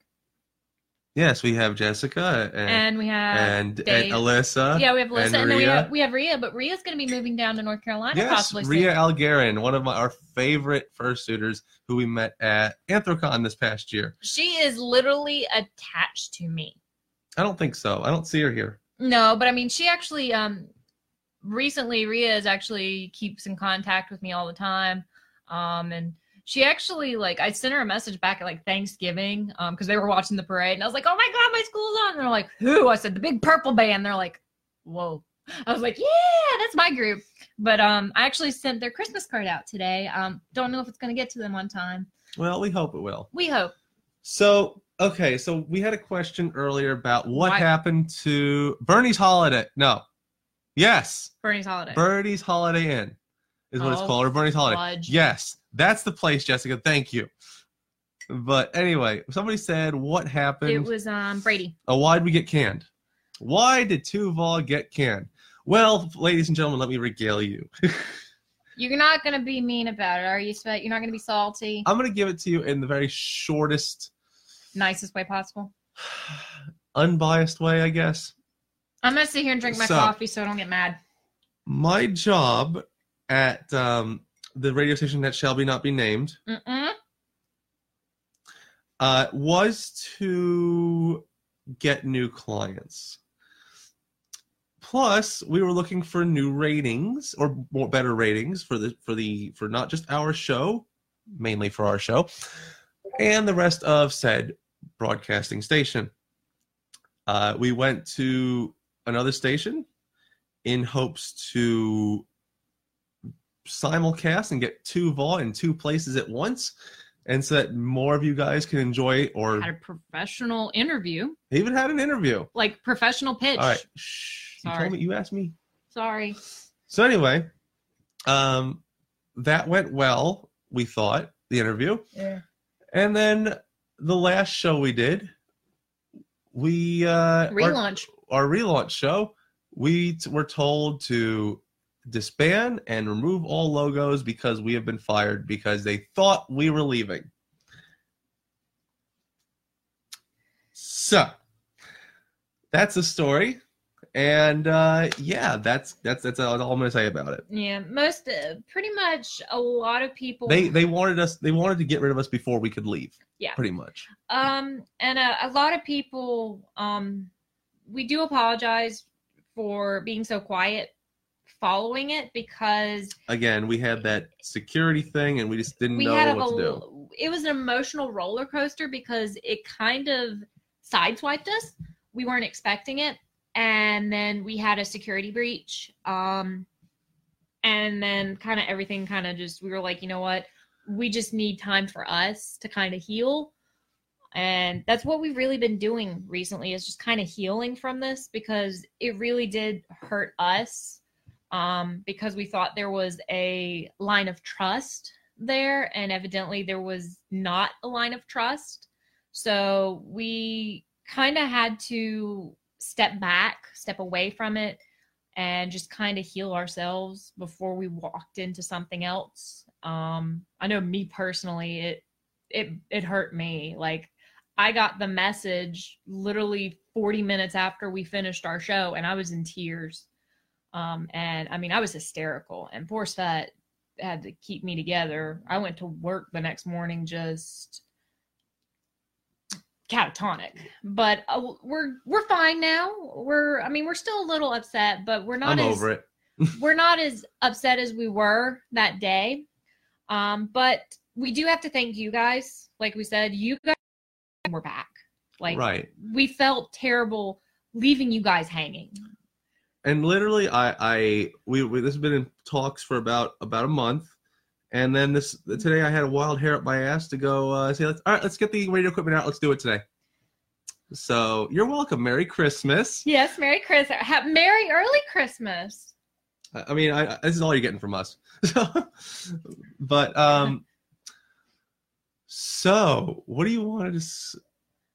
Speaker 1: yes, we have Jessica and
Speaker 2: and we have
Speaker 1: and, and,
Speaker 2: Dave.
Speaker 1: Alyssa.
Speaker 2: yeah, we have Alyssa, and,
Speaker 1: and
Speaker 2: then we
Speaker 1: Rhea.
Speaker 2: have we have Rhea, but Rhea's going to be moving down to North Carolina
Speaker 1: Yes,
Speaker 2: possibly. soon.
Speaker 1: Rhea Algarin, one of my, our favorite fursuiters who we met at Anthrocon this past year.
Speaker 2: She is literally attached to me.
Speaker 1: I don't think so. I don't see her here.
Speaker 2: No, but I mean, she actually um recently Rhea is actually keeps in contact with me all the time. Um and she actually like I sent her a message back at like Thanksgiving um because they were watching the parade and I was like, "Oh my god, my school's on." And they're like, "Who?" I said, "The Big Purple Band." They're like, "Whoa." I was like, "Yeah, that's my group." But um I actually sent their Christmas card out today. Um don't know if it's going to get to them on time.
Speaker 1: Well, we hope it will.
Speaker 2: We hope.
Speaker 1: So, okay, so we had a question earlier about what
Speaker 2: Why-
Speaker 1: happened to Bernie's holiday. No. Yes.
Speaker 2: Bernie's holiday.
Speaker 1: Bernie's Holiday Inn is what it's
Speaker 2: Oh,
Speaker 1: called, or Bernie's Holiday.
Speaker 2: fudge.
Speaker 1: Yes, that's the place, Jessica. Thank you. But anyway, somebody said, "What
Speaker 2: it
Speaker 1: happened?
Speaker 2: was um Brady.
Speaker 1: oh, why'd we get canned? Why did Tuval get canned?" Well, ladies and gentlemen, let me regale you.
Speaker 2: You're not gonna be mean about it, are you? Svet? You're not gonna be salty,
Speaker 1: I'm going to give it to you in the very shortest,
Speaker 2: nicest way possible.
Speaker 1: unbiased way, I guess.
Speaker 2: I'm gonna sit here and drink my
Speaker 1: So-
Speaker 2: coffee so I don't get mad.
Speaker 1: My job at um, the radio station that shall be not be named
Speaker 2: Mm-mm.
Speaker 1: uh, was to get new clients. Plus, we were looking for new ratings or more better ratings for the for the for not just our show, mainly for our show, and the rest of said broadcasting station. Uh, we went to another station in hopes to simulcast and get two vol in two places at once, and so that more of you guys can enjoy or
Speaker 2: Had a professional interview,
Speaker 1: they even had an interview.
Speaker 2: like professional pitch.
Speaker 1: All right. Shh. You
Speaker 2: Sorry.
Speaker 1: told me. You asked me.
Speaker 2: Sorry.
Speaker 1: So anyway, Um, that went well, we thought, the interview.
Speaker 2: Yeah.
Speaker 1: And then the last show we did, we uh, our,
Speaker 2: Relaunch.
Speaker 1: our relaunch show, we t- were told to disband and remove all logos because we have been fired because they thought we were leaving. So that's the story, and uh, yeah, that's that's that's all I'm gonna say about it.
Speaker 2: Yeah. Most, uh, pretty much a lot of people.
Speaker 1: They they wanted us they wanted to get rid of us before we could leave.
Speaker 2: Yeah.
Speaker 1: pretty much.
Speaker 2: um and a, a lot of people um we do apologize for being so quiet following it because
Speaker 1: Again, we had that security thing, and we just didn't
Speaker 2: we
Speaker 1: know
Speaker 2: had a
Speaker 1: what to do.
Speaker 2: bel- it was an emotional roller coaster because it kind of sideswiped us we weren't expecting it and then we had a security breach um and then kind of everything kind of just we were like you know what we just need time for us to kind of heal and that's what we've really been doing recently is just kind of healing from this because it really did hurt us um, because we thought there was a line of trust there and evidently there was not a line of trust so we kind of had to step back step away from it and just kind of heal ourselves before we walked into something else um, i know me personally it it it hurt me like i got the message literally 40 minutes after we finished our show and i was in tears um and i mean i was hysterical and poor Svet had to keep me together i went to work the next morning just catatonic but uh, we're we're fine now we're i mean we're still a little upset but we're not
Speaker 1: I'm
Speaker 2: as
Speaker 1: over it.
Speaker 2: we're not as upset as we were that day. Um, but we do have to thank you guys. Like we said, you guys we're back. Like
Speaker 1: right.
Speaker 2: we felt terrible leaving you guys hanging.
Speaker 1: and literally i i we, we this has been in talks for about about a month and then this today i had a wild hair up my ass to go uh say let's all right let's get the radio equipment out let's do it today so you're welcome merry christmas
Speaker 2: Yes, Merry Christmas. Ha- Merry early Christmas.
Speaker 1: i I mean I, I- this is all you're getting from us [LAUGHS] but um so what do you want to dis-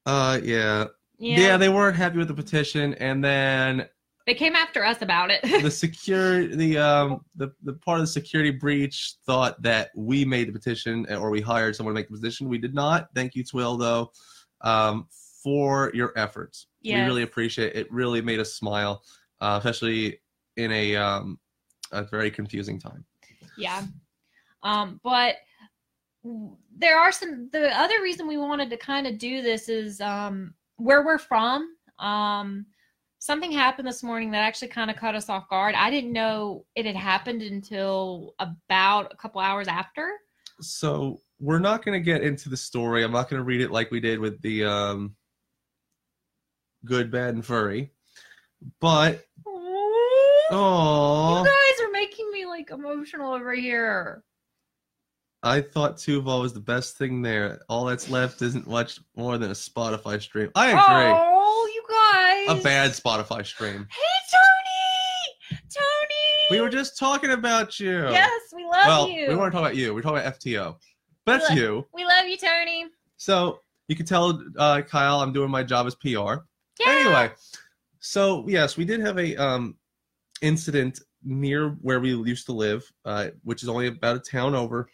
Speaker 1: uh yeah.
Speaker 2: Yeah.
Speaker 1: yeah they weren't happy with the petition and then
Speaker 2: they came after us about it. [LAUGHS]
Speaker 1: the secure the um the, the part of the security breach thought that we made the petition or we hired someone to make the petition. We did not. Thank you, Twill, though, um, for your efforts. We
Speaker 2: Yes.
Speaker 1: really appreciate it. It really made us smile, uh, especially in a um a very confusing time.
Speaker 2: yeah. Um, but w- there are some the other reason we wanted to kind of do this is um where we're from. Um something happened this morning that actually kind of caught us off guard. I didn't know it had happened until about a couple hours after.
Speaker 1: So we're not going to get into the story. I'm not going to read it like we did with the um good, bad, and furry. But
Speaker 2: You
Speaker 1: oh.
Speaker 2: guys are making me like emotional over here.
Speaker 1: I thought Tuval was the best thing there. All that's left isn't much more than a Spotify stream. I agree.
Speaker 2: Oh, you guys.
Speaker 1: A bad Spotify stream.
Speaker 2: Hey Tony! Tony!
Speaker 1: We were just talking about you.
Speaker 2: Yes, we love
Speaker 1: well,
Speaker 2: you.
Speaker 1: we weren't talking about you. We are talking about FTO. But that's
Speaker 2: Look.
Speaker 1: you.
Speaker 2: we love you, Tony.
Speaker 1: So you can tell uh, Kyle I'm doing my job as PR.
Speaker 2: Yeah.
Speaker 1: Anyway, so yes, we did have a um incident near where we used to live, uh, which is only about a town over.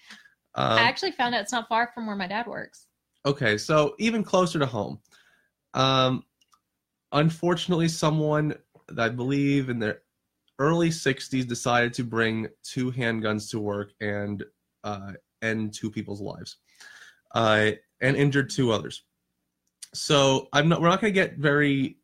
Speaker 1: Um,
Speaker 2: I actually found out it's not far from where my dad works.
Speaker 1: Okay, so even closer to home. Um, unfortunately, someone I believe in their early 60s decided to bring two handguns to work and uh, end two people's lives uh, and injured two others. So I'm not, we're not going to get very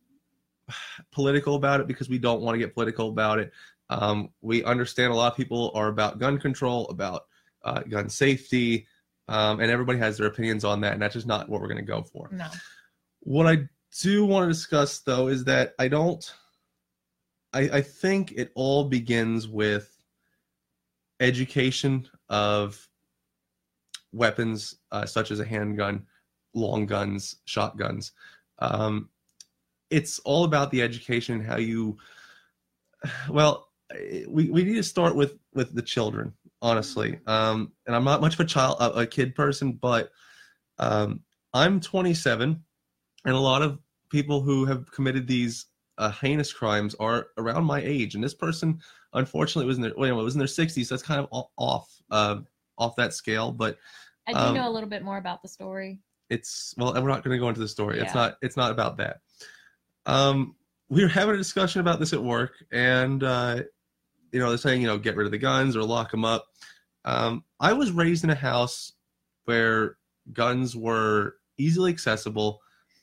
Speaker 1: political about it because we don't want to get political about it. Um, we understand a lot of people are about gun control, about uh, gun safety, um, and everybody has their opinions on that, and that's just not what we're going to go for.
Speaker 2: No.
Speaker 1: What I do want to discuss, though, is that I don't. I, I think it all begins with education of weapons uh, such as a handgun, long guns, shotguns. Um, it's all about the education and how you. Well, I- we, we need to start with with the children honestly um and i'm not much of a child a, a kid person but um i'm 27 and a lot of people who have committed these uh, heinous crimes are around my age and this person unfortunately was in their well, it was in their 60s so that's kind of o- off uh, off that scale but
Speaker 2: I do
Speaker 1: Um,
Speaker 2: know a little bit more about the story.
Speaker 1: it's well we're not going to go into the story it's
Speaker 2: Yeah.
Speaker 1: not it's not about that um we were having a discussion about this at work and uh you know they're saying you know get rid of the guns or lock them up um i was raised in a house where guns were easily accessible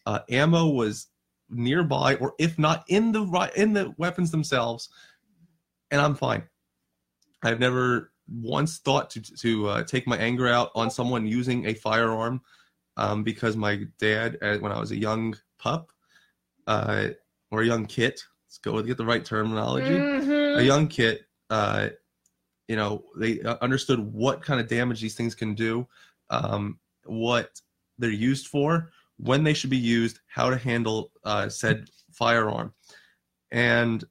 Speaker 1: uh ammo was nearby or if not in the ri- in the weapons themselves and i'm fine i've never once thought to to uh, take my anger out on someone using a firearm um, because my dad, uh, when I was a young pup uh, or a young kit, let's go with get the right terminology,
Speaker 2: Mm-hmm.
Speaker 1: a young kit, uh, you know, they uh, understood what kind of damage these things can do, um, what they're used for, when they should be used, how to handle uh, said firearm, and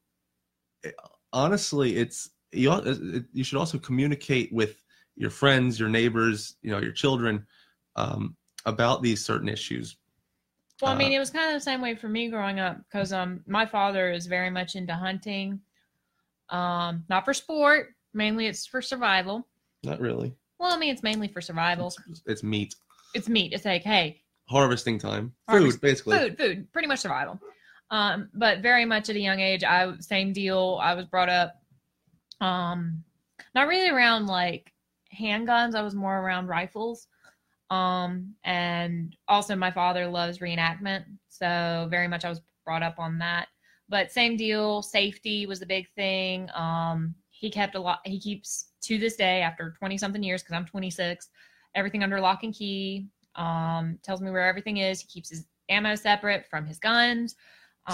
Speaker 1: eh, honestly, it's you. al- it- You should also communicate with your friends, your neighbors, you know, your children. Um, about these certain issues.
Speaker 2: Well, I mean,
Speaker 1: Uh,
Speaker 2: it was kind of the same way for me growing up because um, my father is very much into hunting, um, not for sport. Mainly, it's for survival.
Speaker 1: Not really.
Speaker 2: Well, I mean, it's mainly for survival.
Speaker 1: It's meat.
Speaker 2: It's meat. It's like, hey,
Speaker 1: Harvesting time. food,
Speaker 2: Harvest-
Speaker 1: basically.
Speaker 2: food, food, pretty much survival. Um, but very much at a young age, I same deal. I was brought up, um, not really around like handguns. I was more around rifles. Um, and also my father loves reenactment, so very much I was brought up on that. But same deal, safety was the big thing. Um, he kept a lot. He keeps to this day after twenty something years because I'm 26. Everything under lock and key. Um, tells me where everything is. He keeps his ammo separate from his guns.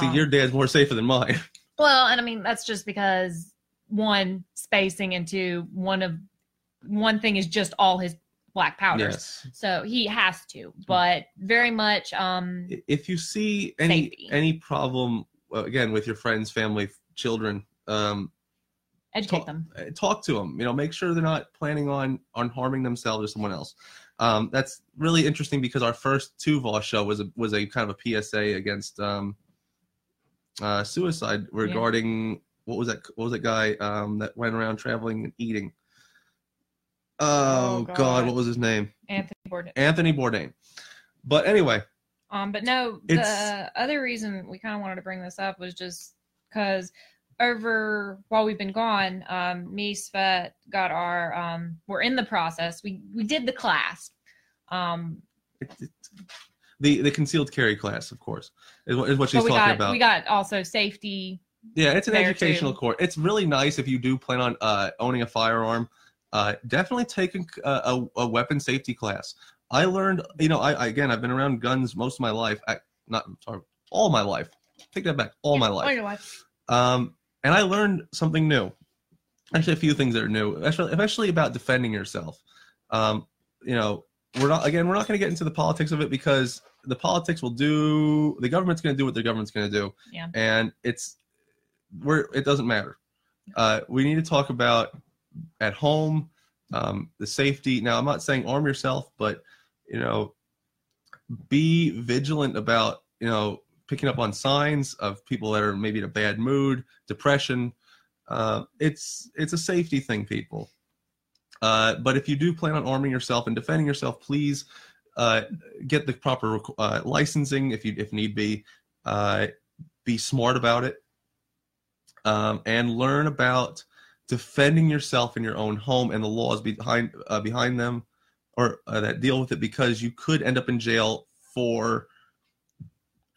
Speaker 1: See,
Speaker 2: Um,
Speaker 1: your dad's more safer than mine.
Speaker 2: well, and I mean that's just because one spacing and two one of one thing is just all his black powders.
Speaker 1: yes.
Speaker 2: So he has to, but very much um
Speaker 1: I- If you see any
Speaker 2: Safety.
Speaker 1: any problem uh, again with your friends, family, children, um,
Speaker 2: educate
Speaker 1: talk-
Speaker 2: them.
Speaker 1: uh, talk to them. You know, make sure they're not planning on on harming themselves or someone else. Um, that's really interesting because our first Tuval show was a, was a kind of a PSA against um, uh, suicide regarding what was that what was that guy um, that went around traveling and eating. Oh,
Speaker 2: Oh,
Speaker 1: God.
Speaker 2: God.
Speaker 1: what was his name?
Speaker 2: Anthony Bourdain.
Speaker 1: Anthony Bourdain. But anyway,
Speaker 2: Um, but no,
Speaker 1: It's-
Speaker 2: the other reason we kind of wanted to bring this up was just because over while we've been gone, um, me Svet got our um, we're in the process. We we did the class. Um,
Speaker 1: it, it, the the concealed carry class, of course, is what, is what she's
Speaker 2: but we
Speaker 1: talking
Speaker 2: got
Speaker 1: about.
Speaker 2: we got also safety.
Speaker 1: Yeah, it's an
Speaker 2: there,
Speaker 1: educational
Speaker 2: too.
Speaker 1: course. It's really nice if you do plan on uh, owning a firearm. Uh, definitely take a, a, a weapon safety class. I learned, you know, I, I again, I've been around guns most of my life. I, not sorry, all my life. Take that back. All my life.
Speaker 2: All your life.
Speaker 1: Um, and I learned something new. Actually, a few things that are new, especially, especially about defending yourself. Um, you know, we're not again, we're not going to get into the politics of it because the politics will do. The government's going to do what the government's going to do,
Speaker 2: Yeah.
Speaker 1: and it's we're it doesn't matter. Uh, we need to talk about at home um, the safety. Now, I'm not saying arm yourself, but you know, be vigilant about you know picking up on signs of people that are maybe in a bad mood, depression. Uh, it's it's a safety thing, people. Uh, but if you do plan on arming yourself and defending yourself, please uh, get the proper requ- uh, licensing if you if need be. Uh, be smart about it, um, and learn about defending yourself in your own home and the laws behind uh, behind them, or uh, that deal with it because you could end up in jail for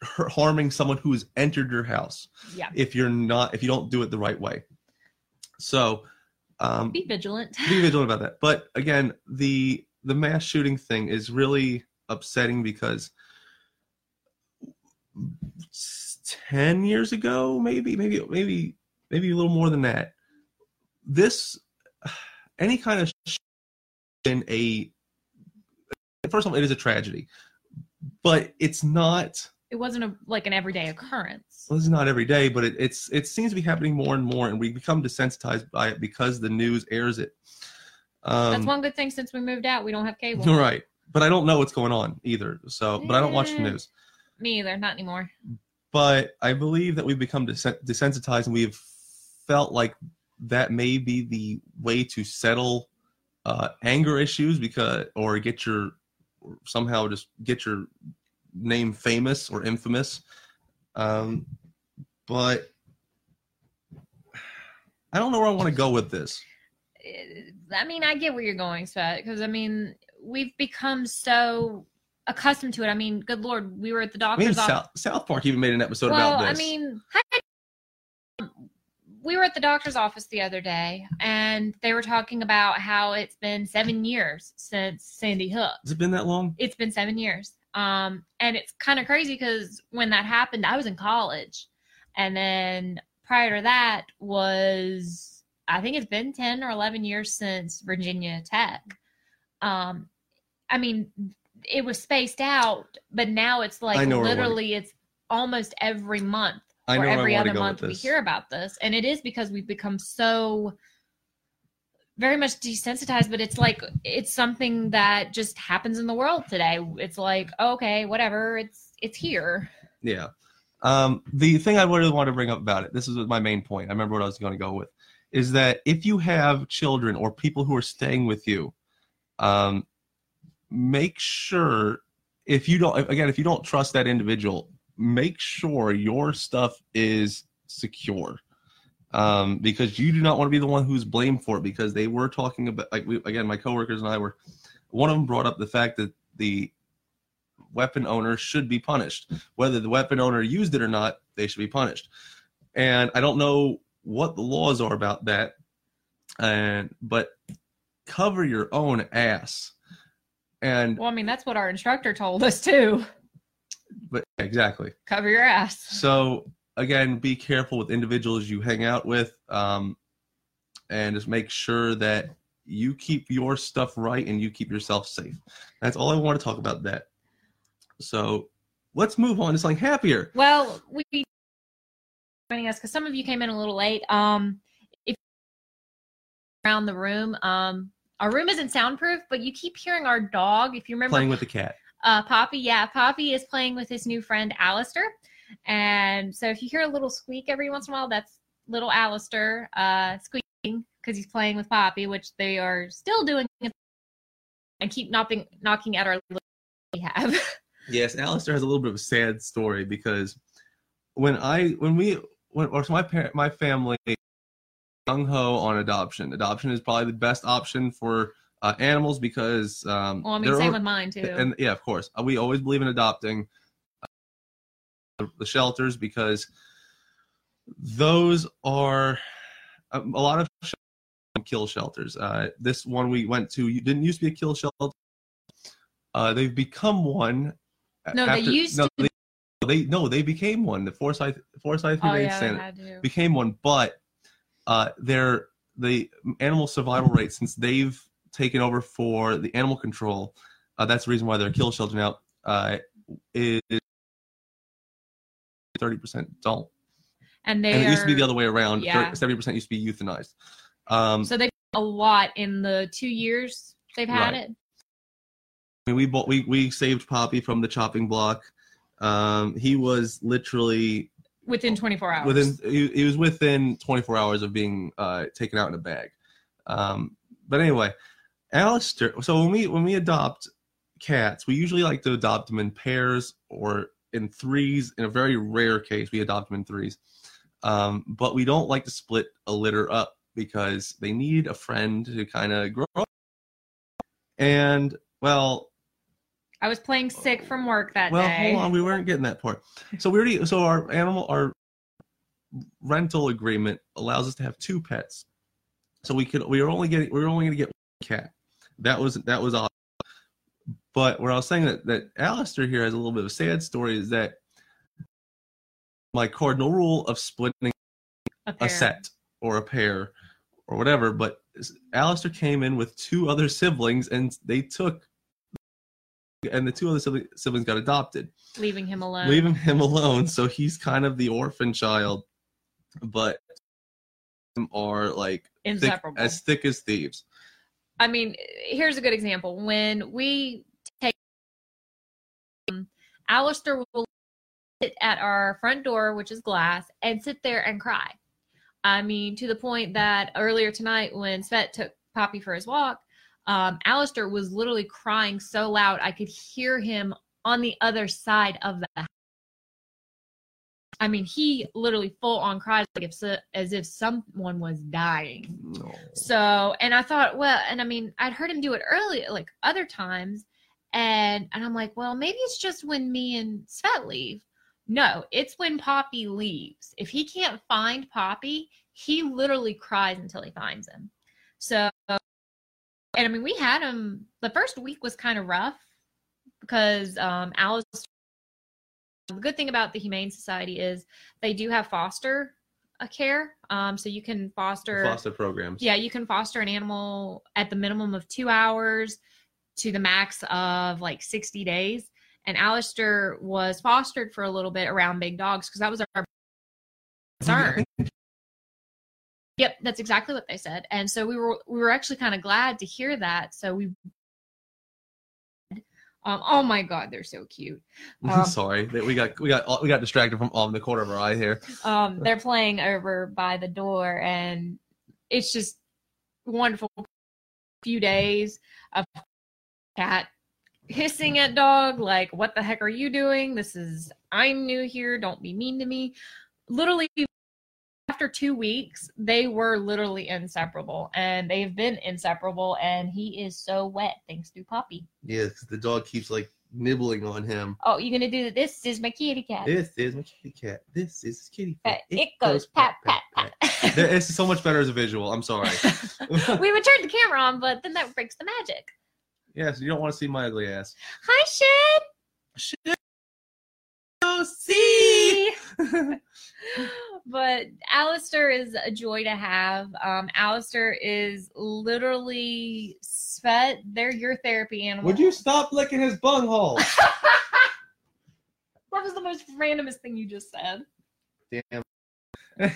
Speaker 1: har- harming someone who has entered your house
Speaker 2: Yeah.
Speaker 1: if you're not if you don't do it the right way. So um,
Speaker 2: Be vigilant.
Speaker 1: be vigilant about that. But again, the the mass shooting thing is really upsetting because ten years ago, maybe, maybe, maybe, maybe a little more than that. This [SIGHS] any kind of sh- in a first of all, it is a tragedy, but it's not
Speaker 2: it wasn't a, like an everyday occurrence.
Speaker 1: Well, this is not every day, but it, it's it seems to be happening more and more, and we become desensitized by it because the news airs it. Um,
Speaker 2: That's one good thing since we moved out, we don't have cable.
Speaker 1: Right, but I don't know what's going on either. So, [LAUGHS] but I don't watch the
Speaker 2: Eh.
Speaker 1: news.
Speaker 2: Me either, not anymore.
Speaker 1: But I believe that we've become desen- desensitized, and we've felt like that may be the way to settle uh, anger issues because, or get your somehow just get your name famous or infamous. Um, but I don't know where I want to go with this.
Speaker 2: Eh, I mean, I get where you're going, Svet, because I mean, we've become so accustomed to it. I mean, good lord, we were at the
Speaker 1: I
Speaker 2: doctor's
Speaker 1: mean,
Speaker 2: office.
Speaker 1: South, South Park even made an episode
Speaker 2: well,
Speaker 1: about this.
Speaker 2: I mean, we were at the doctor's office the other day, and they were talking about how it's been seven years since Sandy Hook.
Speaker 1: Has it been that long?
Speaker 2: It's been seven years, um, and it's kind of crazy because when that happened, I was in college, and then prior to that was I think it's been ten or eleven years since Virginia Tech. Um, I mean, it was spaced out, but now it's
Speaker 1: I
Speaker 2: like
Speaker 1: know where we're-
Speaker 2: literally it's almost every month
Speaker 1: I know
Speaker 2: or
Speaker 1: where
Speaker 2: every
Speaker 1: I want
Speaker 2: other
Speaker 1: to go
Speaker 2: month
Speaker 1: with
Speaker 2: we
Speaker 1: this.
Speaker 2: hear about this. And it is because we've become so very much desensitized, but it's like it's something that just happens in the world today. It's like, okay, whatever, it's it's here.
Speaker 1: Yeah. Um, the thing I really want to bring up about it, this is my main point. I remember what I was going to go with, is that if you have children or people who are staying with you, um, make sure if you don't, again, if you don't trust that individual, make sure your stuff is secure. Um, because you do not want to be the one who's blamed for it because they were talking about, like, we, again, my coworkers and I were, one of them brought up the fact that the weapon owner should be punished whether the weapon owner used it or not, they should be punished. And I don't know what the laws are about that. And but cover your own ass. And
Speaker 2: Well, I mean, that's what our instructor told us too.
Speaker 1: but exactly.
Speaker 2: Cover your ass.
Speaker 1: So again, be careful with individuals you hang out with, um, and just make sure that you keep your stuff right and you keep yourself safe. That's all I want to talk about. That. So let's move on to something happier.
Speaker 2: Well, we joining us because some of you came in a little late. Um, if around the room, um, our room isn't soundproof, but you keep hearing our dog. If you remember
Speaker 1: Playing with the cat.
Speaker 2: Uh, Poppy, yeah, Poppy is playing with his new friend Alistair. And so if you hear a little squeak every once in a while, that's little Alistair uh, squeaking because he's playing with Poppy, which they are still doing and keep knocking, knocking at our little we have. [LAUGHS]
Speaker 1: Yes, Alistair has a little bit of a sad story because when I when we when or so my parent my family gung ho on adoption. Adoption is probably the best option for uh, animals because um,
Speaker 2: well, I mean,
Speaker 1: they're
Speaker 2: same
Speaker 1: al-
Speaker 2: with mine too.
Speaker 1: and yeah, of course, Uh, we always believe in adopting uh, the shelters because those are um, a lot of sh- kill shelters. Uh, this one we went to you didn't used to be a kill shelter. Uh, they've become one. a-
Speaker 2: No, they used
Speaker 1: no,
Speaker 2: to-
Speaker 1: They, they- no, they became one. The Forsyth Forsyth
Speaker 2: oh,
Speaker 1: Humane
Speaker 2: yeah,
Speaker 1: San-
Speaker 2: I do.
Speaker 1: became one, but uh, their the animal survival rate since they've taken over for the animal control. Uh, that's the reason why they're kill shelter now. Uh, is thirty percent don't,
Speaker 2: And they
Speaker 1: and it used to be
Speaker 2: are-
Speaker 1: the other way around.
Speaker 2: yeah.
Speaker 1: Seventy percent used to be euthanized. Um,
Speaker 2: So they've a lot in the two years they've had
Speaker 1: Right.
Speaker 2: it.
Speaker 1: I mean, we bought we we saved Poppy from the chopping block. Um, he was literally
Speaker 2: Within 24 hours.
Speaker 1: within he, he was within 24 hours of being uh, taken out in a bag um, but anyway Alistair so when we when we adopt cats we usually like to adopt them in pairs or in threes in a very rare case we adopt them in threes um, but we don't like to split a litter up because they need a friend to kind of grow up and well
Speaker 2: I was playing sick from work that
Speaker 1: well,
Speaker 2: day.
Speaker 1: hold on, we weren't getting that part. So we already so our animal our rental agreement allows us to have two pets. So we could we were only getting we were only gonna get one cat. That was that was odd. But where I was saying that that Alistair here has a little bit of a sad story is that my cardinal rule of splitting
Speaker 2: A
Speaker 1: a
Speaker 2: pair.
Speaker 1: set or a pair or whatever, but Alistair came in with two other siblings and they took and the two other sibli- siblings got adopted
Speaker 2: leaving him alone.
Speaker 1: leaving him [LAUGHS] alone. So he's kind of the orphan child, but them are like thick,
Speaker 2: Inseparable.
Speaker 1: as thick as thieves.
Speaker 2: I mean, here's a good example. When we take um, Alistair will sit at our front door, which is glass, and sit there and cry. I mean, to the point that earlier tonight when Svet took Poppy for his walk, um, Alistair was literally crying so loud I could hear him on the other side of the house. I mean, he literally full on cries like if, so- as if someone was dying.
Speaker 1: No.
Speaker 2: So, and I thought, well, and I mean, I'd heard him do it earlier, like other times, and and I'm like, well, maybe it's just when me and Svet leave. No, it's when Poppy leaves. If he can't find Poppy, he literally cries until he finds him. So, and I mean, we had him. The first week was kind of rough because um, Alice. The good thing about the Humane Society is they do have foster uh, care, um, so you can
Speaker 1: Foster programs. [LAUGHS]
Speaker 2: yeah, you can foster an animal at the minimum of two hours to the max of like 60 days. And Alistair was fostered for a little bit around big dogs because that was our concern. yep, that's exactly what they said. And so we were we were actually kind of glad to hear that. So we um, oh my god, they're so cute. Um,
Speaker 1: Sorry that we got we got we got distracted from um, the corner of our eye here.
Speaker 2: um they're playing over by the door and it's just wonderful few days of cat hissing at dog like what the heck are you doing this is i'm new here don't be mean to me literally after two weeks they were literally inseparable and they've been inseparable and he is so wet thanks to poppy
Speaker 1: Yeah, because the dog keeps like nibbling on him.
Speaker 2: oh you're gonna do this is my kitty cat
Speaker 1: This is my kitty cat. This is his kitty
Speaker 2: Uh,
Speaker 1: cat.
Speaker 2: it, goes pat pat pat,
Speaker 1: Th- It's so much better as a visual. I'm
Speaker 2: [LAUGHS]
Speaker 1: sorry. [LAUGHS]
Speaker 2: we would turn the camera on, but then that breaks the magic.
Speaker 1: yeah, so you don't want to see my ugly ass.
Speaker 2: Hi, Shed.
Speaker 1: Oh, see.
Speaker 2: [LAUGHS] but Alistair is a joy to have. Um, Alistair is literally Svet. They're your therapy animal.
Speaker 1: Would you stop licking his bunghole?
Speaker 2: That was the most randomest thing you just said.
Speaker 1: Damn,
Speaker 2: What?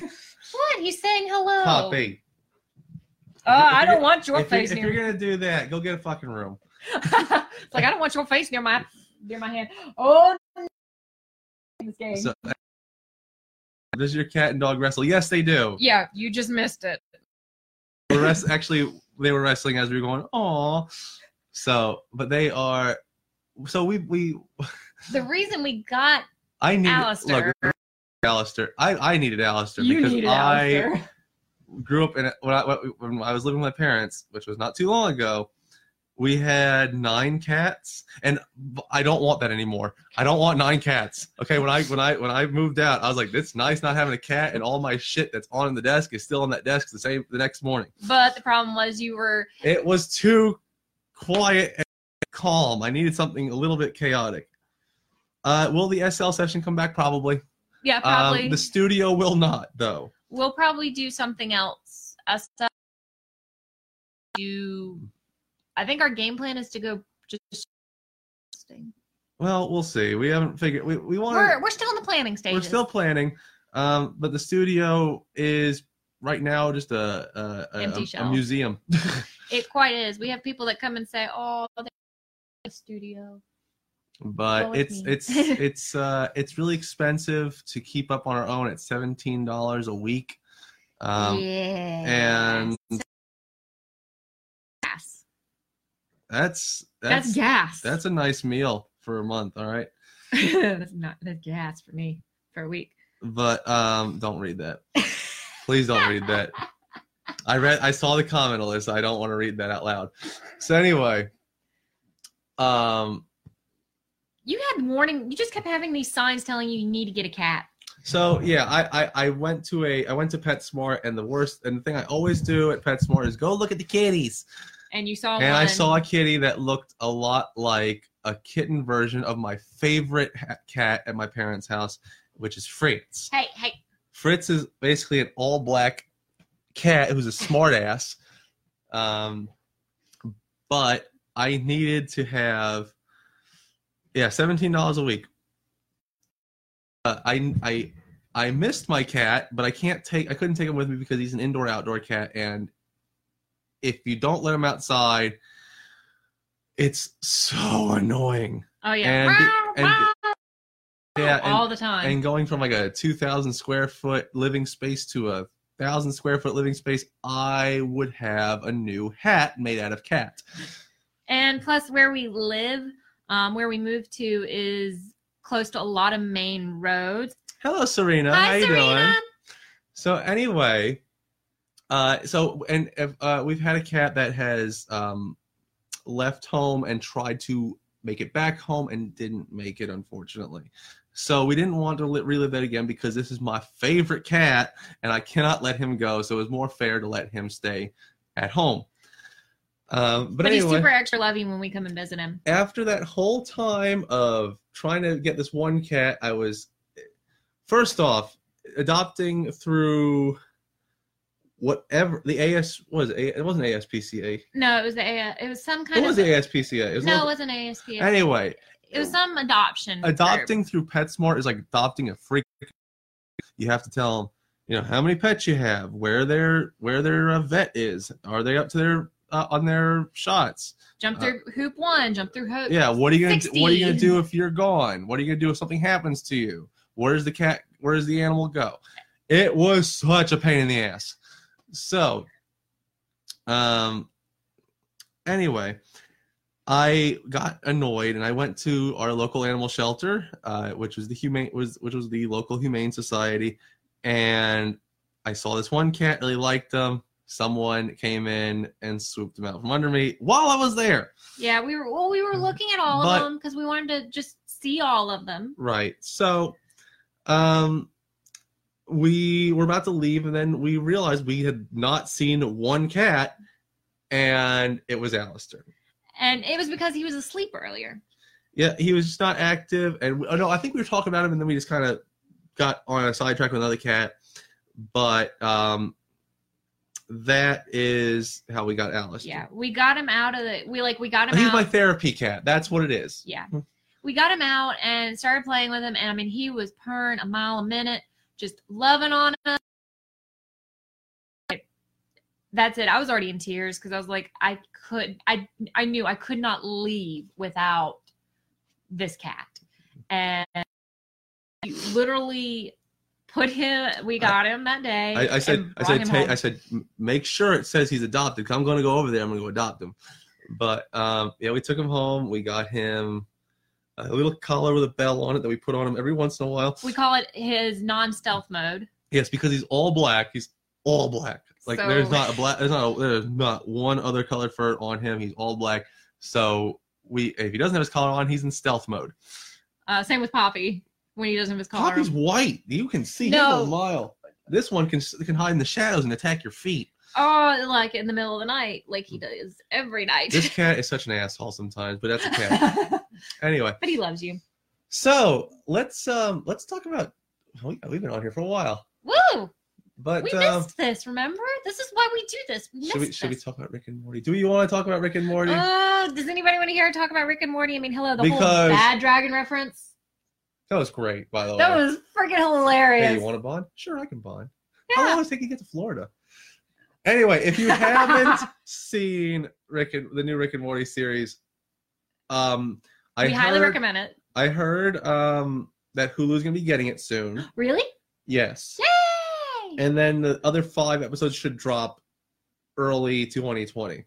Speaker 2: He's saying hello.
Speaker 1: Poppy.
Speaker 2: Oh, I don't want your
Speaker 1: if you're,
Speaker 2: face
Speaker 1: if you're
Speaker 2: near.
Speaker 1: gonna do that, go get a fucking room.
Speaker 2: [LAUGHS] it's like I don't want your face near my near my hand. Oh, no. this game.
Speaker 1: So, does your cat and dog wrestle? Yes, they do.
Speaker 2: yeah, you just missed it.
Speaker 1: We're rest- actually, they were wrestling as we were going. Aw. So, but they are. So we we
Speaker 2: The reason we got
Speaker 1: I need
Speaker 2: Alistair.
Speaker 1: Look, Alistair. I I needed Alistair because
Speaker 2: needed
Speaker 1: I
Speaker 2: Alistair.
Speaker 1: grew up in a- when I when I was living with my parents, which was not too long ago. We had nine cats, and I don't want that anymore. I don't want nine cats. Okay, when I when I when I moved out, I was like, "It's nice not having a cat," and all my shit that's on the desk is still on that desk the same the next morning.
Speaker 2: But the problem was you were
Speaker 1: It was too quiet and calm. I needed something a little bit chaotic. Uh, will the SL session come back? Probably.
Speaker 2: yeah probably
Speaker 1: Um, the studio will not, though.
Speaker 2: we'll probably do something else. Us uh, do I think our game plan is to go just
Speaker 1: Well, we'll see. We haven't figured. We we want.
Speaker 2: we're we're still in the planning stages.
Speaker 1: We're still planning, um, but the studio is right now just a a, a,
Speaker 2: Empty
Speaker 1: a
Speaker 2: shell.
Speaker 1: museum.
Speaker 2: it quite is. We have people that come and say, "Oh, they're in the studio."
Speaker 1: but
Speaker 2: Go with
Speaker 1: it's
Speaker 2: me. [LAUGHS]
Speaker 1: it's it's uh, it's really expensive to keep up on our own. It's seventeen dollars a week, um,
Speaker 2: yeah.
Speaker 1: and
Speaker 2: gas.
Speaker 1: that's
Speaker 2: That's,
Speaker 1: that's
Speaker 2: gas.
Speaker 1: that's a nice meal for a month. All right,
Speaker 2: [LAUGHS] that's not that's gas for me for a week. [LAUGHS]
Speaker 1: but um, don't read that. Please don't read that. I read I saw the comment Alyssa. I don't want to read that out loud. So anyway, um
Speaker 2: You had warning. You just kept having these signs telling you you need to get a cat.
Speaker 1: so yeah, I, I I went to a I went to PetSmart and the worst and the thing I always do at PetSmart is go look at the kitties.
Speaker 2: And you saw
Speaker 1: And
Speaker 2: one.
Speaker 1: I saw a kitty that looked a lot like a kitten version of my favorite ha- cat at my parents' house, which is Fritz.
Speaker 2: Hey, hey.
Speaker 1: Fritz is basically an all black cat who's a smartass. Um, but I needed to have Yeah, seventeen dollars a week. Uh, I I I missed my cat, but I can't take I couldn't take him with me because he's an indoor outdoor cat, and if you don't let him outside, it's so annoying.
Speaker 2: Oh yeah,
Speaker 1: And the- and the- yeah, and-
Speaker 2: all the time.
Speaker 1: and going from like a 2000 square foot living space to a 1000 square foot living space i would have a new hat made out of cat
Speaker 2: And plus, where we live, um, where we moved to, is close to a lot of main roads.
Speaker 1: hello serena
Speaker 2: Hi,
Speaker 1: how you
Speaker 2: Serena.
Speaker 1: doing so anyway uh so and if, uh, we've had a cat that has um left home and tried to make it back home and didn't make it unfortunately so we didn't want to li- relive that again because this is my favorite cat and i cannot let him go so it was more fair to let him stay at home um, but,
Speaker 2: But,
Speaker 1: anyway
Speaker 2: he's super extra loving when we come and visit him.
Speaker 1: after that whole time of trying to get this one cat, I was first off adopting through whatever the AS was it, A- it wasn't ASPCA.
Speaker 2: No, it was the A- it was some kind
Speaker 1: It was
Speaker 2: of
Speaker 1: the ASPCA. It was
Speaker 2: no, it
Speaker 1: one-
Speaker 2: wasn't ASPA.
Speaker 1: anyway,
Speaker 2: it was some adoption. group.
Speaker 1: adopting through PetSmart is like adopting a freak. You have to tell them, you know, how many pets you have, where their where their uh, vet is, are they up to their uh, on their shots,
Speaker 2: jump through hoop one, jump through hoop.
Speaker 1: Uh-huh. Yeah, what are you gonna do, what are you gonna
Speaker 2: 60.
Speaker 1: do if you're gone? What are you gonna do if something happens to you? Where does the cat where does the animal go? It was such a pain in the ass. So um anyway, I got annoyed and I went to our local animal shelter, uh, which was the humane was which was the local humane society, and I saw this one cat really liked them. Someone came in and swooped them out from under me while I was there.
Speaker 2: Yeah, we were well, we were looking at all of
Speaker 1: Uh-huh. But-
Speaker 2: them because we wanted to just see all of them.
Speaker 1: Right. So, um, we were about to leave, and then we realized we had not seen one cat, and it was Alistair.
Speaker 2: And it was because he was asleep earlier.
Speaker 1: Yeah, he was just not active, and we, oh no, I think we were talking about him, and then we just kind of got on a sidetrack with another cat. But um, that is how we got Alistair.
Speaker 2: Yeah, we got him out of the. We like we got him
Speaker 1: he's
Speaker 2: out.
Speaker 1: my therapy cat. That's what it is.
Speaker 2: Yeah. We got him out and started playing with him. And I mean, he was purring a mile a minute, just loving on us. That's it. I was already in tears because I was like, I could, I, I knew I could not leave without this cat. And you literally put him, we got him that day.
Speaker 1: I, I said,
Speaker 2: and
Speaker 1: I
Speaker 2: brought
Speaker 1: said,
Speaker 2: him
Speaker 1: ta-
Speaker 2: home.
Speaker 1: I said, "M- make sure it says he's adopted. 'cause I'm going to go over there. I'm going to go adopt him. But um, yeah, we took him home. We got him a little collar with a bell on it that we put on him every once in a while.
Speaker 2: we call it his non stealth mode.
Speaker 1: yes, because he's all black. He's all black. Like
Speaker 2: So-
Speaker 1: there's not a black. There's not. A, there's not one other color fur on him. He's all black. So we, if he doesn't have his collar on, he's in stealth mode.
Speaker 2: Uh, same with Poppy when he doesn't have his collar.
Speaker 1: Poppy's
Speaker 2: on.
Speaker 1: white. You can see
Speaker 2: No.
Speaker 1: him a mile. This one can can hide in the shadows and attack your feet.
Speaker 2: Oh, like in the middle of the night, like he does every night.
Speaker 1: Hmm.
Speaker 2: [LAUGHS]
Speaker 1: This cat is such an asshole sometimes, but that's a cat.
Speaker 2: but
Speaker 1: anyway
Speaker 2: he loves you.
Speaker 1: so let's um let's talk about we, we've been on here for a while
Speaker 2: Woo!
Speaker 1: but
Speaker 2: We
Speaker 1: um
Speaker 2: missed this. Remember, this is why we do this. We missed
Speaker 1: should we should we
Speaker 2: this.
Speaker 1: talk about rick and morty do you want to talk about rick and morty
Speaker 2: oh, does anybody want to hear her talk about Rick and Morty? I mean, hello, the whole
Speaker 1: Because-
Speaker 2: bad dragon reference.
Speaker 1: that was great by the way
Speaker 2: That was freaking hilarious.
Speaker 1: hey you want to bond sure i can bond how
Speaker 2: yeah.
Speaker 1: long does it take you to get to florida anyway if you
Speaker 2: [LAUGHS]
Speaker 1: haven't seen rick and the new rick and morty series um i
Speaker 2: we
Speaker 1: heard,
Speaker 2: highly recommend it.
Speaker 1: i heard um that hulu's gonna be getting it
Speaker 2: [GASPS]
Speaker 1: soon
Speaker 2: Really?
Speaker 1: yes
Speaker 2: Yay!
Speaker 1: and then the other five episodes should drop early 2020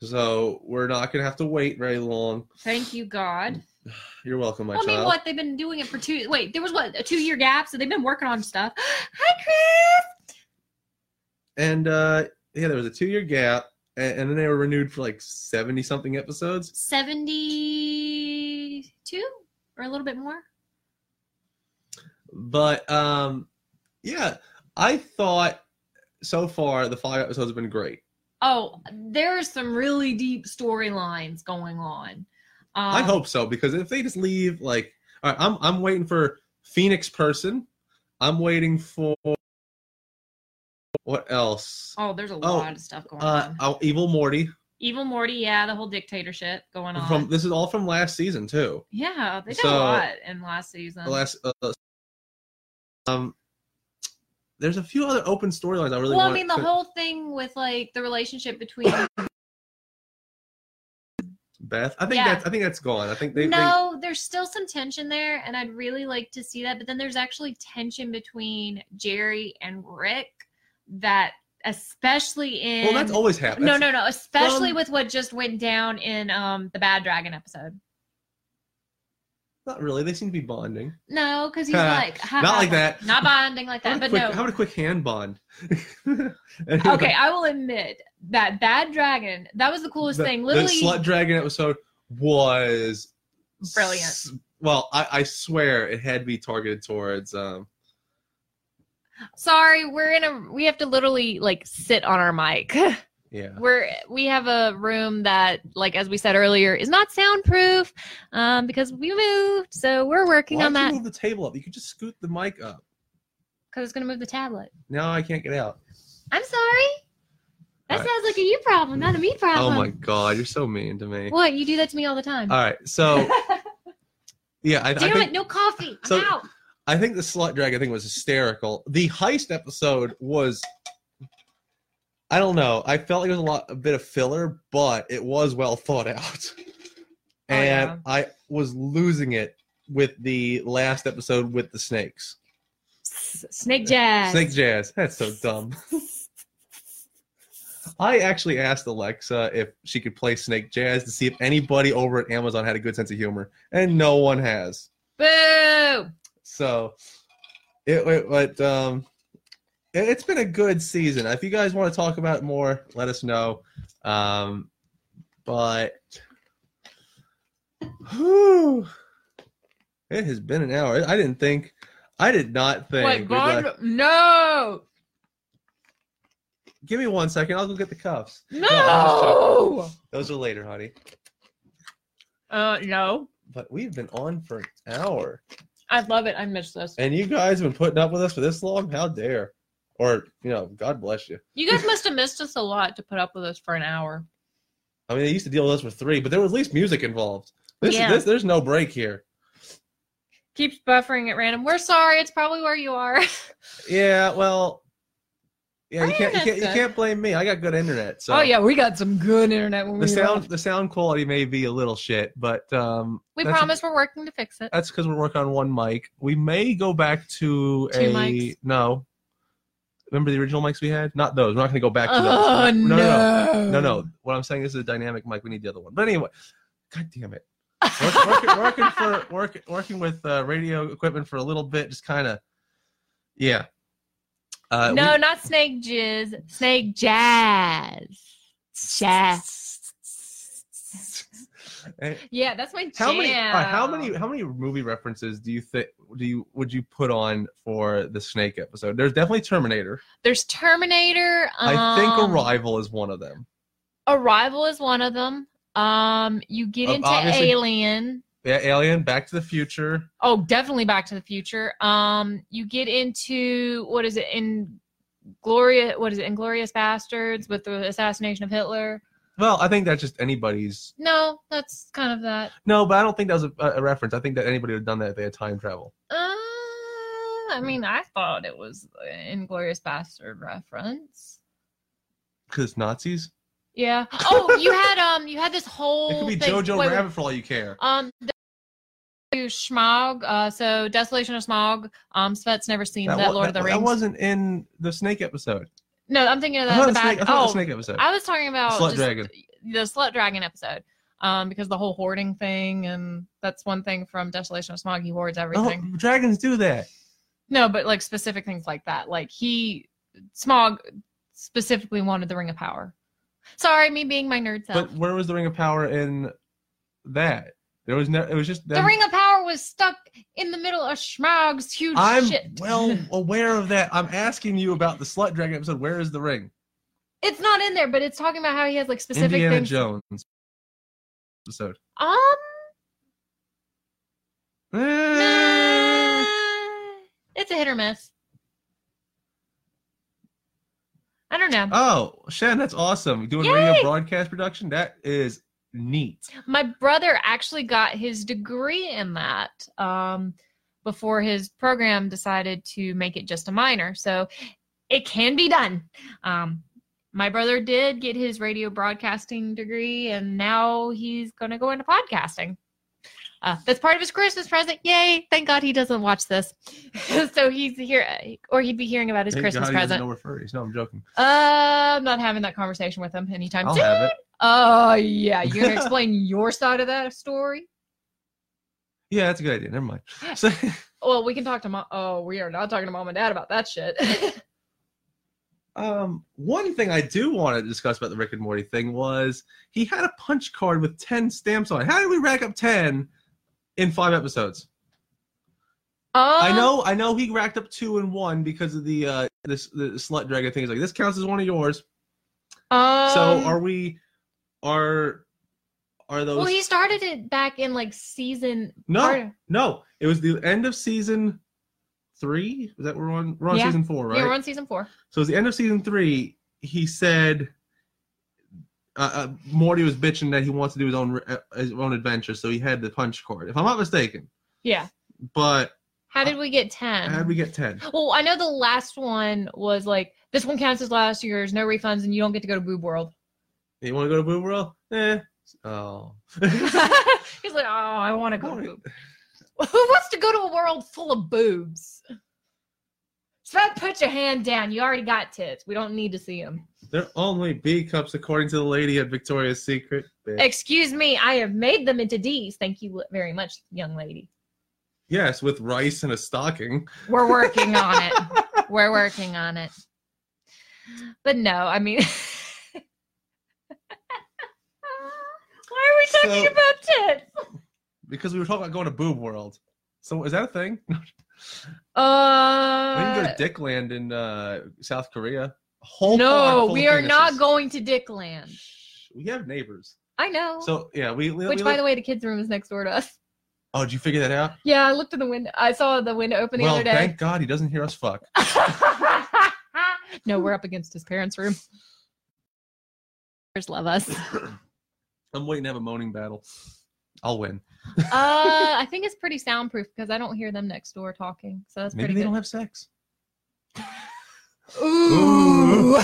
Speaker 1: so we're not gonna have to wait very long
Speaker 2: Thank you, God.
Speaker 1: you're welcome my
Speaker 2: Well, I mean,
Speaker 1: child
Speaker 2: what they've been doing it for two. Wait, there was what a two-year gap, so they've been working on stuff. [GASPS] Hi, Chris.
Speaker 1: and uh yeah there was a two-year gap a- and, and then they were renewed for like 70 something episodes
Speaker 2: Seventy-two or a little bit more.
Speaker 1: but um yeah i thought so far the five episodes have been great
Speaker 2: Oh, there's some really deep storylines going on. Um,
Speaker 1: i hope so because if they just leave like all right i'm, I'm waiting for phoenix person i'm waiting for what else
Speaker 2: Oh, there's a
Speaker 1: Oh,
Speaker 2: lot of stuff going
Speaker 1: uh
Speaker 2: on.
Speaker 1: oh, evil morty
Speaker 2: Evil Morty, yeah, the whole dictatorship going on.
Speaker 1: From this is all from last season too.
Speaker 2: yeah, they did
Speaker 1: So-
Speaker 2: a lot in last season.
Speaker 1: The last uh, um, there's a few other open storylines I really
Speaker 2: well, I
Speaker 1: want
Speaker 2: mean, the
Speaker 1: to-
Speaker 2: whole thing with like the relationship between
Speaker 1: Beth. I think
Speaker 2: Yeah.
Speaker 1: that's I think that's gone. I think [COUGHS] they they,
Speaker 2: no, there's still some tension there, and I'd really like to see that. But then there's actually tension between Jerry and Rick that, especially in
Speaker 1: well, that's always happened.
Speaker 2: no, no, no, especially
Speaker 1: from-
Speaker 2: with what just went down in um the Bad Dragon episode.
Speaker 1: not really. They seem to be bonding.
Speaker 2: No, because he's like hi-
Speaker 1: Not
Speaker 2: hi-
Speaker 1: like that.
Speaker 2: not bonding like
Speaker 1: How
Speaker 2: that.
Speaker 1: about, a
Speaker 2: But
Speaker 1: quick,
Speaker 2: no,
Speaker 1: how about a quick hand bond? [LAUGHS]
Speaker 2: okay, I will admit that Bad Dragon that was the coolest
Speaker 1: the,
Speaker 2: thing.
Speaker 1: the
Speaker 2: Literally,
Speaker 1: slut dragon episode was
Speaker 2: Brilliant.
Speaker 1: s- well, I, I swear it had to be targeted towards. Um,
Speaker 2: sorry, we're in a we have to literally like sit on
Speaker 1: [LAUGHS]
Speaker 2: our mic.
Speaker 1: yeah,
Speaker 2: we're we have a room that like as we said earlier is not soundproof um because we moved so we're working
Speaker 1: Why
Speaker 2: on
Speaker 1: don't you
Speaker 2: that
Speaker 1: move the table up? You could just scoot the mic up.
Speaker 2: because it's going to move the tablet
Speaker 1: No, I can't get out.
Speaker 2: i'm sorry that
Speaker 1: Alright.
Speaker 2: sounds like a you problem not a me
Speaker 1: Oh
Speaker 2: problem
Speaker 1: my god, you're so mean to me.
Speaker 2: what you do that to me all the time
Speaker 1: All right,
Speaker 2: [LAUGHS]
Speaker 1: so yeah, I, I
Speaker 2: damn
Speaker 1: think
Speaker 2: it no coffee i'm
Speaker 1: So-
Speaker 2: out
Speaker 1: I think the slut dragon thing was hysterical. The heist episode was I don't know. I felt like it was a lot a bit of filler, but it was well thought out. [LAUGHS]
Speaker 2: Oh,
Speaker 1: And
Speaker 2: yeah.
Speaker 1: I was losing it with the last episode with the snakes.
Speaker 2: S- snake jazz
Speaker 1: Snake jazz. That's so dumb. [LAUGHS] I actually asked Alexa if she could play Snake Jazz to see if anybody over at Amazon had a good sense of humor, and no one has.
Speaker 2: boo
Speaker 1: So, it, it but um, it, it's been a good season. If you guys want to talk about it more, let us know. Um, but whew, it has been an hour. I didn't think, I did not think. we'd like-
Speaker 2: no
Speaker 1: give me one second. I'll go get the cuffs. [LAUGHS]
Speaker 2: no
Speaker 1: Those are later, honey.
Speaker 2: uh no
Speaker 1: But we've been on for an hour,
Speaker 2: i love it i miss this
Speaker 1: and you guys have been putting up with us for this long. How dare? Or you know, God bless you.
Speaker 2: you guys must have missed us a lot to put up with us for an hour
Speaker 1: I mean, they used to deal with us for three, but there was at least music involved. This,
Speaker 2: Yeah.
Speaker 1: this there's no break here.
Speaker 2: keeps buffering at random. We're sorry. It's probably where you are.
Speaker 1: Yeah, well, yeah, you
Speaker 2: Oh,
Speaker 1: can't, you
Speaker 2: yeah,
Speaker 1: can't,
Speaker 2: that's
Speaker 1: you
Speaker 2: good.
Speaker 1: can't blame me. I got good internet. So
Speaker 2: Oh, we got some good internet when
Speaker 1: the sound, the sound quality may be a little shit, but um,
Speaker 2: We
Speaker 1: that's-
Speaker 2: promise we're working to fix it.
Speaker 1: That's because we're working on one mic. We may go back to
Speaker 2: Two
Speaker 1: a
Speaker 2: mics.
Speaker 1: no. Remember the original mics we had? Not those. We're not going to go back to
Speaker 2: Oh,
Speaker 1: those. No, no, no, no, no. What I'm saying is a dynamic mic. We need the other one. But anyway, god damn
Speaker 2: [LAUGHS]
Speaker 1: it. Work, working, working for work, working with uh, radio equipment for a little bit, just kind of, yeah. Uh, we-
Speaker 2: no, not snake jizz. Snake jazz. Jazz.
Speaker 1: and
Speaker 2: Yeah, that's my
Speaker 1: eh, how
Speaker 2: jam.
Speaker 1: many? all right, how many? How many movie references do you think? Do you would you put on for the Snake episode? There's definitely Terminator.
Speaker 2: There's Terminator. Um,
Speaker 1: I think Arrival is one of them.
Speaker 2: Arrival is one of them. Um, you get
Speaker 1: Ob-
Speaker 2: into
Speaker 1: obviously-
Speaker 2: Alien.
Speaker 1: Yeah, Alien, Back to the Future.
Speaker 2: Oh, definitely Back to the Future. Um, you get into what is it in Gloria? What is it? Inglorious Bastards with the assassination of Hitler.
Speaker 1: Well, I think that's just anybody's.
Speaker 2: No, that's kind of that.
Speaker 1: No, but I don't think that was a, a reference. I think that anybody would have done that if they had time travel.
Speaker 2: Uh, I mean, I thought it was an Inglorious Bastard reference.
Speaker 1: Because it's Nazis.
Speaker 2: Yeah. Oh, you had um, you had this whole.
Speaker 1: It could be
Speaker 2: thing-
Speaker 1: Jojo
Speaker 2: wait, wait.
Speaker 1: Rabbit for all you care.
Speaker 2: Um. The- to Smog, uh, so Desolation of Smog. Um, Svet's never seen that,
Speaker 1: wa-
Speaker 2: Lord of the
Speaker 1: that-
Speaker 2: Rings.
Speaker 1: That wasn't in the Snake episode.
Speaker 2: no, I'm thinking of
Speaker 1: I thought
Speaker 2: that. The
Speaker 1: the
Speaker 2: bad,
Speaker 1: snake, I thought
Speaker 2: oh,
Speaker 1: the Snake episode.
Speaker 2: I was talking about
Speaker 1: Slut
Speaker 2: just
Speaker 1: Dragon.
Speaker 2: the slut dragon episode, um, because the whole hoarding thing, and that's one thing from Desolation of Smog. He hoards
Speaker 1: Oh,
Speaker 2: everything.
Speaker 1: dragons do that.
Speaker 2: No, but like specific things like that. Like he Smog specifically wanted the Ring of Power. Sorry, me being my nerd self.
Speaker 1: But where was the Ring of Power in that? There was no. It was just
Speaker 2: the
Speaker 1: them-
Speaker 2: Ring of Power was stuck in the middle of Smog's huge
Speaker 1: I'm
Speaker 2: shit.
Speaker 1: well aware of that. I'm asking you about the Slut Dragon episode. Where is the ring?
Speaker 2: it's not in there, but it's talking about how he has like specific
Speaker 1: Indiana
Speaker 2: things.
Speaker 1: Jones episode.
Speaker 2: Um,
Speaker 1: Eh.
Speaker 2: nah, it's a hit or miss. I don't know.
Speaker 1: Oh, Shan, that's awesome. Doing
Speaker 2: Yay!
Speaker 1: radio broadcast production? That is neat.
Speaker 2: My brother actually got his degree in that um, before his program decided to make it just a minor. So it can be done. Um, my brother did get his radio broadcasting degree, and now he's going to go into podcasting. Uh, that's part of his Christmas present. Yay! Thank God he doesn't watch this, [LAUGHS] so he's here, or he'd be hearing about his
Speaker 1: Thank
Speaker 2: Christmas
Speaker 1: God he doesn't
Speaker 2: present.
Speaker 1: know we're furries. No, I'm joking.
Speaker 2: Uh, I'm not having that conversation with him anytime
Speaker 1: I'll
Speaker 2: soon.
Speaker 1: have it. [LAUGHS]
Speaker 2: Oh yeah, you're gonna explain your side of that story.
Speaker 1: Yeah, that's a good idea. Never mind. So, [LAUGHS]
Speaker 2: Well, we can talk to mom. Oh, we are not talking to mom and dad about that [LAUGHS] shit.
Speaker 1: um, one thing I do want to discuss about the Rick and Morty thing was he had a punch card with ten stamps on it. How did we rack up ten in five episodes?
Speaker 2: Uh.
Speaker 1: I know, I know, he racked up two and one because of the uh this the slut dragon thing. He's like, this counts as one of yours.
Speaker 2: Um,
Speaker 1: so are we? Are are those?
Speaker 2: well, he started it back in like season.
Speaker 1: no,
Speaker 2: or-
Speaker 1: no. It was the end of season three. Is that we're on? We're on
Speaker 2: Yeah.
Speaker 1: season four, right?
Speaker 2: Yeah, we're on season four.
Speaker 1: So it was the end of season three. He said uh, uh, Morty was bitching that he wants to do his own uh, his own adventure, so he had the punch card, if I'm not mistaken.
Speaker 2: Yeah.
Speaker 1: But
Speaker 2: How did we get ten?
Speaker 1: how did we get ten?
Speaker 2: well, I know the last one was like this one counts as last year's, no refunds, and you don't get to go to Boob
Speaker 1: [LAUGHS]
Speaker 2: World. [LAUGHS]
Speaker 1: You want to go to Boo World? Eh. Oh.
Speaker 2: He's like, oh, I want to go
Speaker 1: [LAUGHS]
Speaker 2: to Boob. Who wants to go to a world full of boobs? Spud, put your hand down. You already got tits. We don't need to see them.
Speaker 1: They're only B cups, according to the lady at Victoria's Secret. Bitch.
Speaker 2: Excuse me, I have made them into D's. Thank you very much, young lady.
Speaker 1: yes, with rice and a stocking.
Speaker 2: We're working on it. We're working on it. But no, I mean, [LAUGHS] why are we talking
Speaker 1: So-
Speaker 2: about tits?
Speaker 1: Because we were talking about going to Boob World. So is that a thing? [LAUGHS] we can go
Speaker 2: Uh,
Speaker 1: to Dickland in uh, South Korea. A Whole farm
Speaker 2: no,
Speaker 1: full
Speaker 2: we
Speaker 1: of
Speaker 2: are not
Speaker 1: penises.
Speaker 2: going to Dickland.
Speaker 1: Shh, We have neighbors.
Speaker 2: I know.
Speaker 1: So yeah, we. we
Speaker 2: Oh. Which,
Speaker 1: we
Speaker 2: by
Speaker 1: look-
Speaker 2: the way, the kids' room is next door to us.
Speaker 1: oh, did you figure that out?
Speaker 2: Yeah, I looked in the window. I saw the window open the
Speaker 1: Well,
Speaker 2: other day.
Speaker 1: thank God he doesn't hear us fuck.
Speaker 2: [LAUGHS] no, we're up against his parents' room. Parents Love [LAUGHS] us. Uh,
Speaker 1: I'm waiting to have a moaning battle. I'll win.
Speaker 2: Uh, I think it's pretty soundproof because I don't hear them next door talking, so that's
Speaker 1: Maybe
Speaker 2: pretty
Speaker 1: they
Speaker 2: good.
Speaker 1: don't have sex.
Speaker 2: Ooh,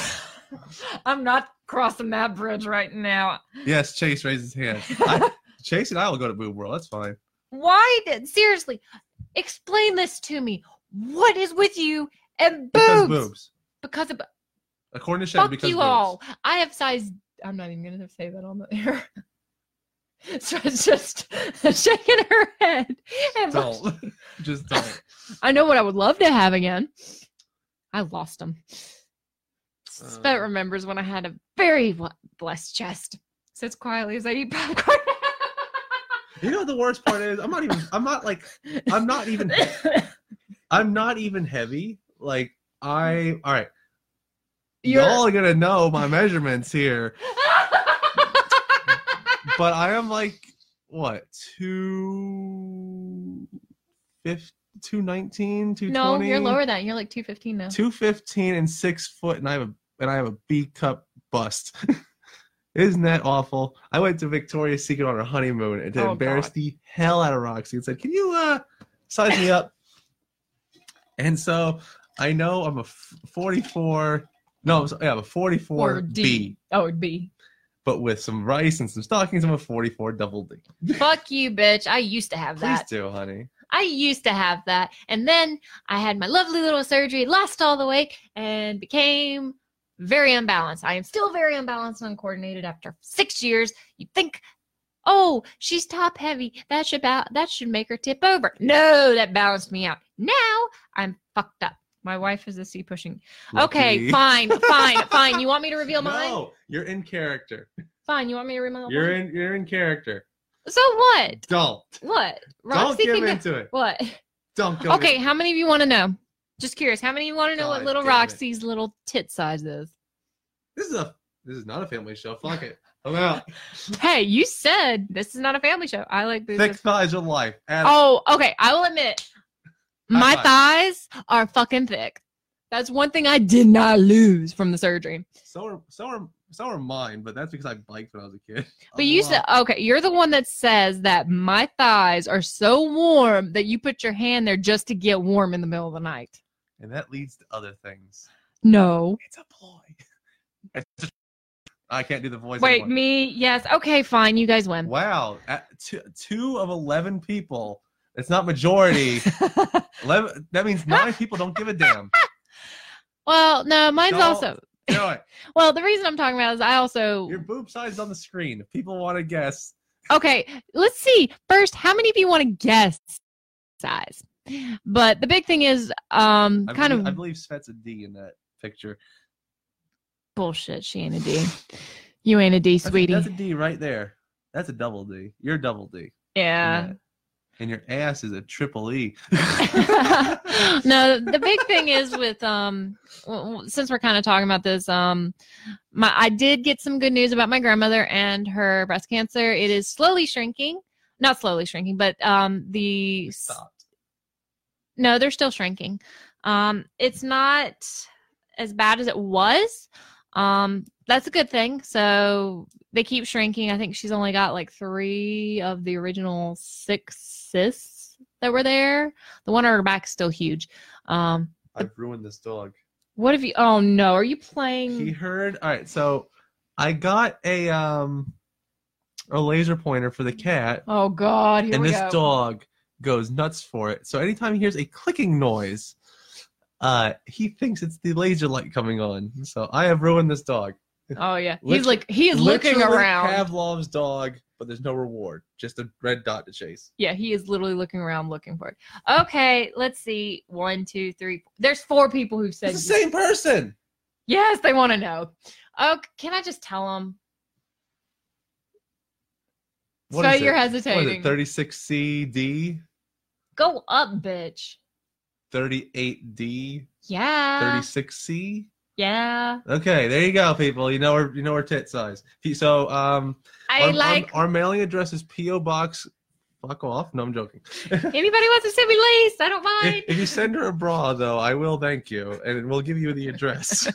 Speaker 2: [LAUGHS] I'm not crossing that bridge right now.
Speaker 1: Yes, Chase raises his hand.
Speaker 2: [LAUGHS]
Speaker 1: I, Chase and I will go to Boob World. That's fine.
Speaker 2: Why did seriously? Explain this to me. What is with you and
Speaker 1: Because
Speaker 2: boobs?
Speaker 1: boobs.
Speaker 2: Because of
Speaker 1: According to Shen,
Speaker 2: fuck
Speaker 1: because
Speaker 2: you
Speaker 1: boobs.
Speaker 2: all. I have size. I'm not even gonna say that on the air. [LAUGHS] so it's just [LAUGHS] shaking her head. And
Speaker 1: Don't. [LAUGHS] Just don't.
Speaker 2: I know what I would love to have again. I lost them. Spet
Speaker 1: Uh.
Speaker 2: remembers when I had a very wa- blessed chest. Sits quietly as I
Speaker 1: [LAUGHS]
Speaker 2: eat popcorn.
Speaker 1: You know what the worst part is? I'm not even. I'm not like. I'm not
Speaker 2: [LAUGHS]
Speaker 1: even. I'm not even heavy. Like I. All right.
Speaker 2: Mm. You're-
Speaker 1: Y'all are gonna know my measurements
Speaker 2: [LAUGHS]
Speaker 1: here, but I am like what two fifty, two nineteen, two
Speaker 2: no,
Speaker 1: twenty.
Speaker 2: you're lower than. You're like 215 now.
Speaker 1: Two fifteen and six foot, and I have a and I have a B cup bust. [LAUGHS] Isn't that awful? I went to Victoria's Secret on our honeymoon and to
Speaker 2: Oh,
Speaker 1: embarrass
Speaker 2: God.
Speaker 1: the hell out of Roxy and said, "Can you uh size me up?" and so I know I'm a f- 44. No, I'm so- yeah, I'm a 44
Speaker 2: or D.
Speaker 1: B,
Speaker 2: Oh, it'd be.
Speaker 1: but with some rice and some stockings, I'm a 44 double D.
Speaker 2: Fuck you, bitch. I used to have
Speaker 1: Please
Speaker 2: that.
Speaker 1: do, honey.
Speaker 2: I used to have that. And then I had my lovely little surgery, lost all the weight, and became very unbalanced. I am still very unbalanced and uncoordinated after six years. You think, oh, she's top heavy. That should ba- that should make her tip over. No, that balanced me out. Now I'm fucked up. My wife is a C pushing. Okay,
Speaker 1: Lucky.
Speaker 2: fine, fine, fine. You want me to reveal mine?
Speaker 1: [LAUGHS] No, you're in character.
Speaker 2: Fine. You want me to reveal mine?
Speaker 1: You're in. You're in character.
Speaker 2: So what?
Speaker 1: Don't.
Speaker 2: What?
Speaker 1: Don't give
Speaker 2: can go-
Speaker 1: into it.
Speaker 2: What?
Speaker 1: Don't go.
Speaker 2: Okay, how many of you want to know? Just curious, how many of you want to know what
Speaker 1: God
Speaker 2: little
Speaker 1: damn it.
Speaker 2: Roxy's little tit size is?
Speaker 1: This is a this is not a family show. Fuck it. I'm
Speaker 2: [LAUGHS]
Speaker 1: out.
Speaker 2: Hey, you said this is not a family show. I like Oh, boobs.
Speaker 1: Thick thighs are life. Adam,
Speaker 2: Oh, okay. I will admit, my
Speaker 1: five.
Speaker 2: thighs are fucking thick. That's one thing I did not lose from the surgery.
Speaker 1: So are so are so are mine, but that's because I biked when I was a kid.
Speaker 2: [LAUGHS] But
Speaker 1: A
Speaker 2: you
Speaker 1: lot.
Speaker 2: said, okay, you're the one that says that my thighs are so warm that you put your hand there just to get warm in the middle of the night.
Speaker 1: and that leads to other things.
Speaker 2: No.
Speaker 1: It's a ploy. It's a- [LAUGHS] I can't do the voice.
Speaker 2: Wait,
Speaker 1: anymore.
Speaker 2: me? Yes. Okay, fine. You guys win.
Speaker 1: Wow, at two, two of eleven people. It's not
Speaker 2: [LAUGHS]
Speaker 1: majority. Eleven. That means nine people don't give a damn.
Speaker 2: [LAUGHS] well, no, mine's
Speaker 1: No.
Speaker 2: also.
Speaker 1: You know what?
Speaker 2: Well, the reason I'm talking about is I also.
Speaker 1: Your boob size on the screen. If people want to guess,
Speaker 2: Okay, let's see. First, how many of you want to guess size? But the big thing is um
Speaker 1: I
Speaker 2: kind
Speaker 1: believe,
Speaker 2: of
Speaker 1: I believe Svet's a D in that picture.
Speaker 2: bullshit. She ain't a D. You ain't a D,
Speaker 1: That's a-
Speaker 2: sweetie.
Speaker 1: that's a D right there. That's a double D. You're a double D.
Speaker 2: yeah. [LAUGHS]
Speaker 1: And your ass is a triple E.
Speaker 2: no, the big thing is with um w- w- since we're kind of talking about this um my I did get some good news about my grandmother and her breast cancer. It is slowly shrinking. Not slowly shrinking, but um the s-
Speaker 1: Stopped.
Speaker 2: No, they're still shrinking. Um, it's not as bad as it was. Um, that's a good thing. So they keep shrinking. I think she's only got like three of the original six cysts that were there. The one on her back is still huge. Um,
Speaker 1: I've ruined this dog.
Speaker 2: what if you? Oh no, are you
Speaker 1: He
Speaker 2: playing?
Speaker 1: heard. All right, so I got a um a laser pointer for the cat,
Speaker 2: Oh God, here
Speaker 1: and
Speaker 2: we
Speaker 1: this
Speaker 2: go.
Speaker 1: dog goes nuts for it. So anytime he hears a clicking noise, uh, he thinks it's the laser light coming on. So I have ruined this dog.
Speaker 2: Oh yeah,
Speaker 1: Lit-
Speaker 2: he's like he is looking
Speaker 1: Literally
Speaker 2: around.
Speaker 1: Pavlov's dog, but there's no reward. Just a red dot to chase.
Speaker 2: yeah, he is literally looking around looking for it. Okay, let's see. One, two, three. Four. There's four people who said
Speaker 1: It's the same person.
Speaker 2: Yes, they want to know. Oh, can I just tell them?
Speaker 1: What
Speaker 2: so
Speaker 1: is
Speaker 2: you're
Speaker 1: it? What is
Speaker 2: hesitating.
Speaker 1: it? 36CD,
Speaker 2: Go up, bitch.
Speaker 1: 38D,
Speaker 2: Yeah.
Speaker 1: 36C.
Speaker 2: Yeah.
Speaker 1: Okay, there you go, people. You know her. You know her tit size. P- So, um,
Speaker 2: I
Speaker 1: our, our- [LAUGHS]
Speaker 2: like
Speaker 1: our, mailing address is PO Box. Fuck off. No, I'm
Speaker 2: [LAUGHS]
Speaker 1: joking.
Speaker 2: anybody wants to send me lace. I don't
Speaker 1: If,
Speaker 2: mind.
Speaker 1: if you send her a bra, though, I will thank you, and we'll give you the
Speaker 2: [LAUGHS]
Speaker 1: address.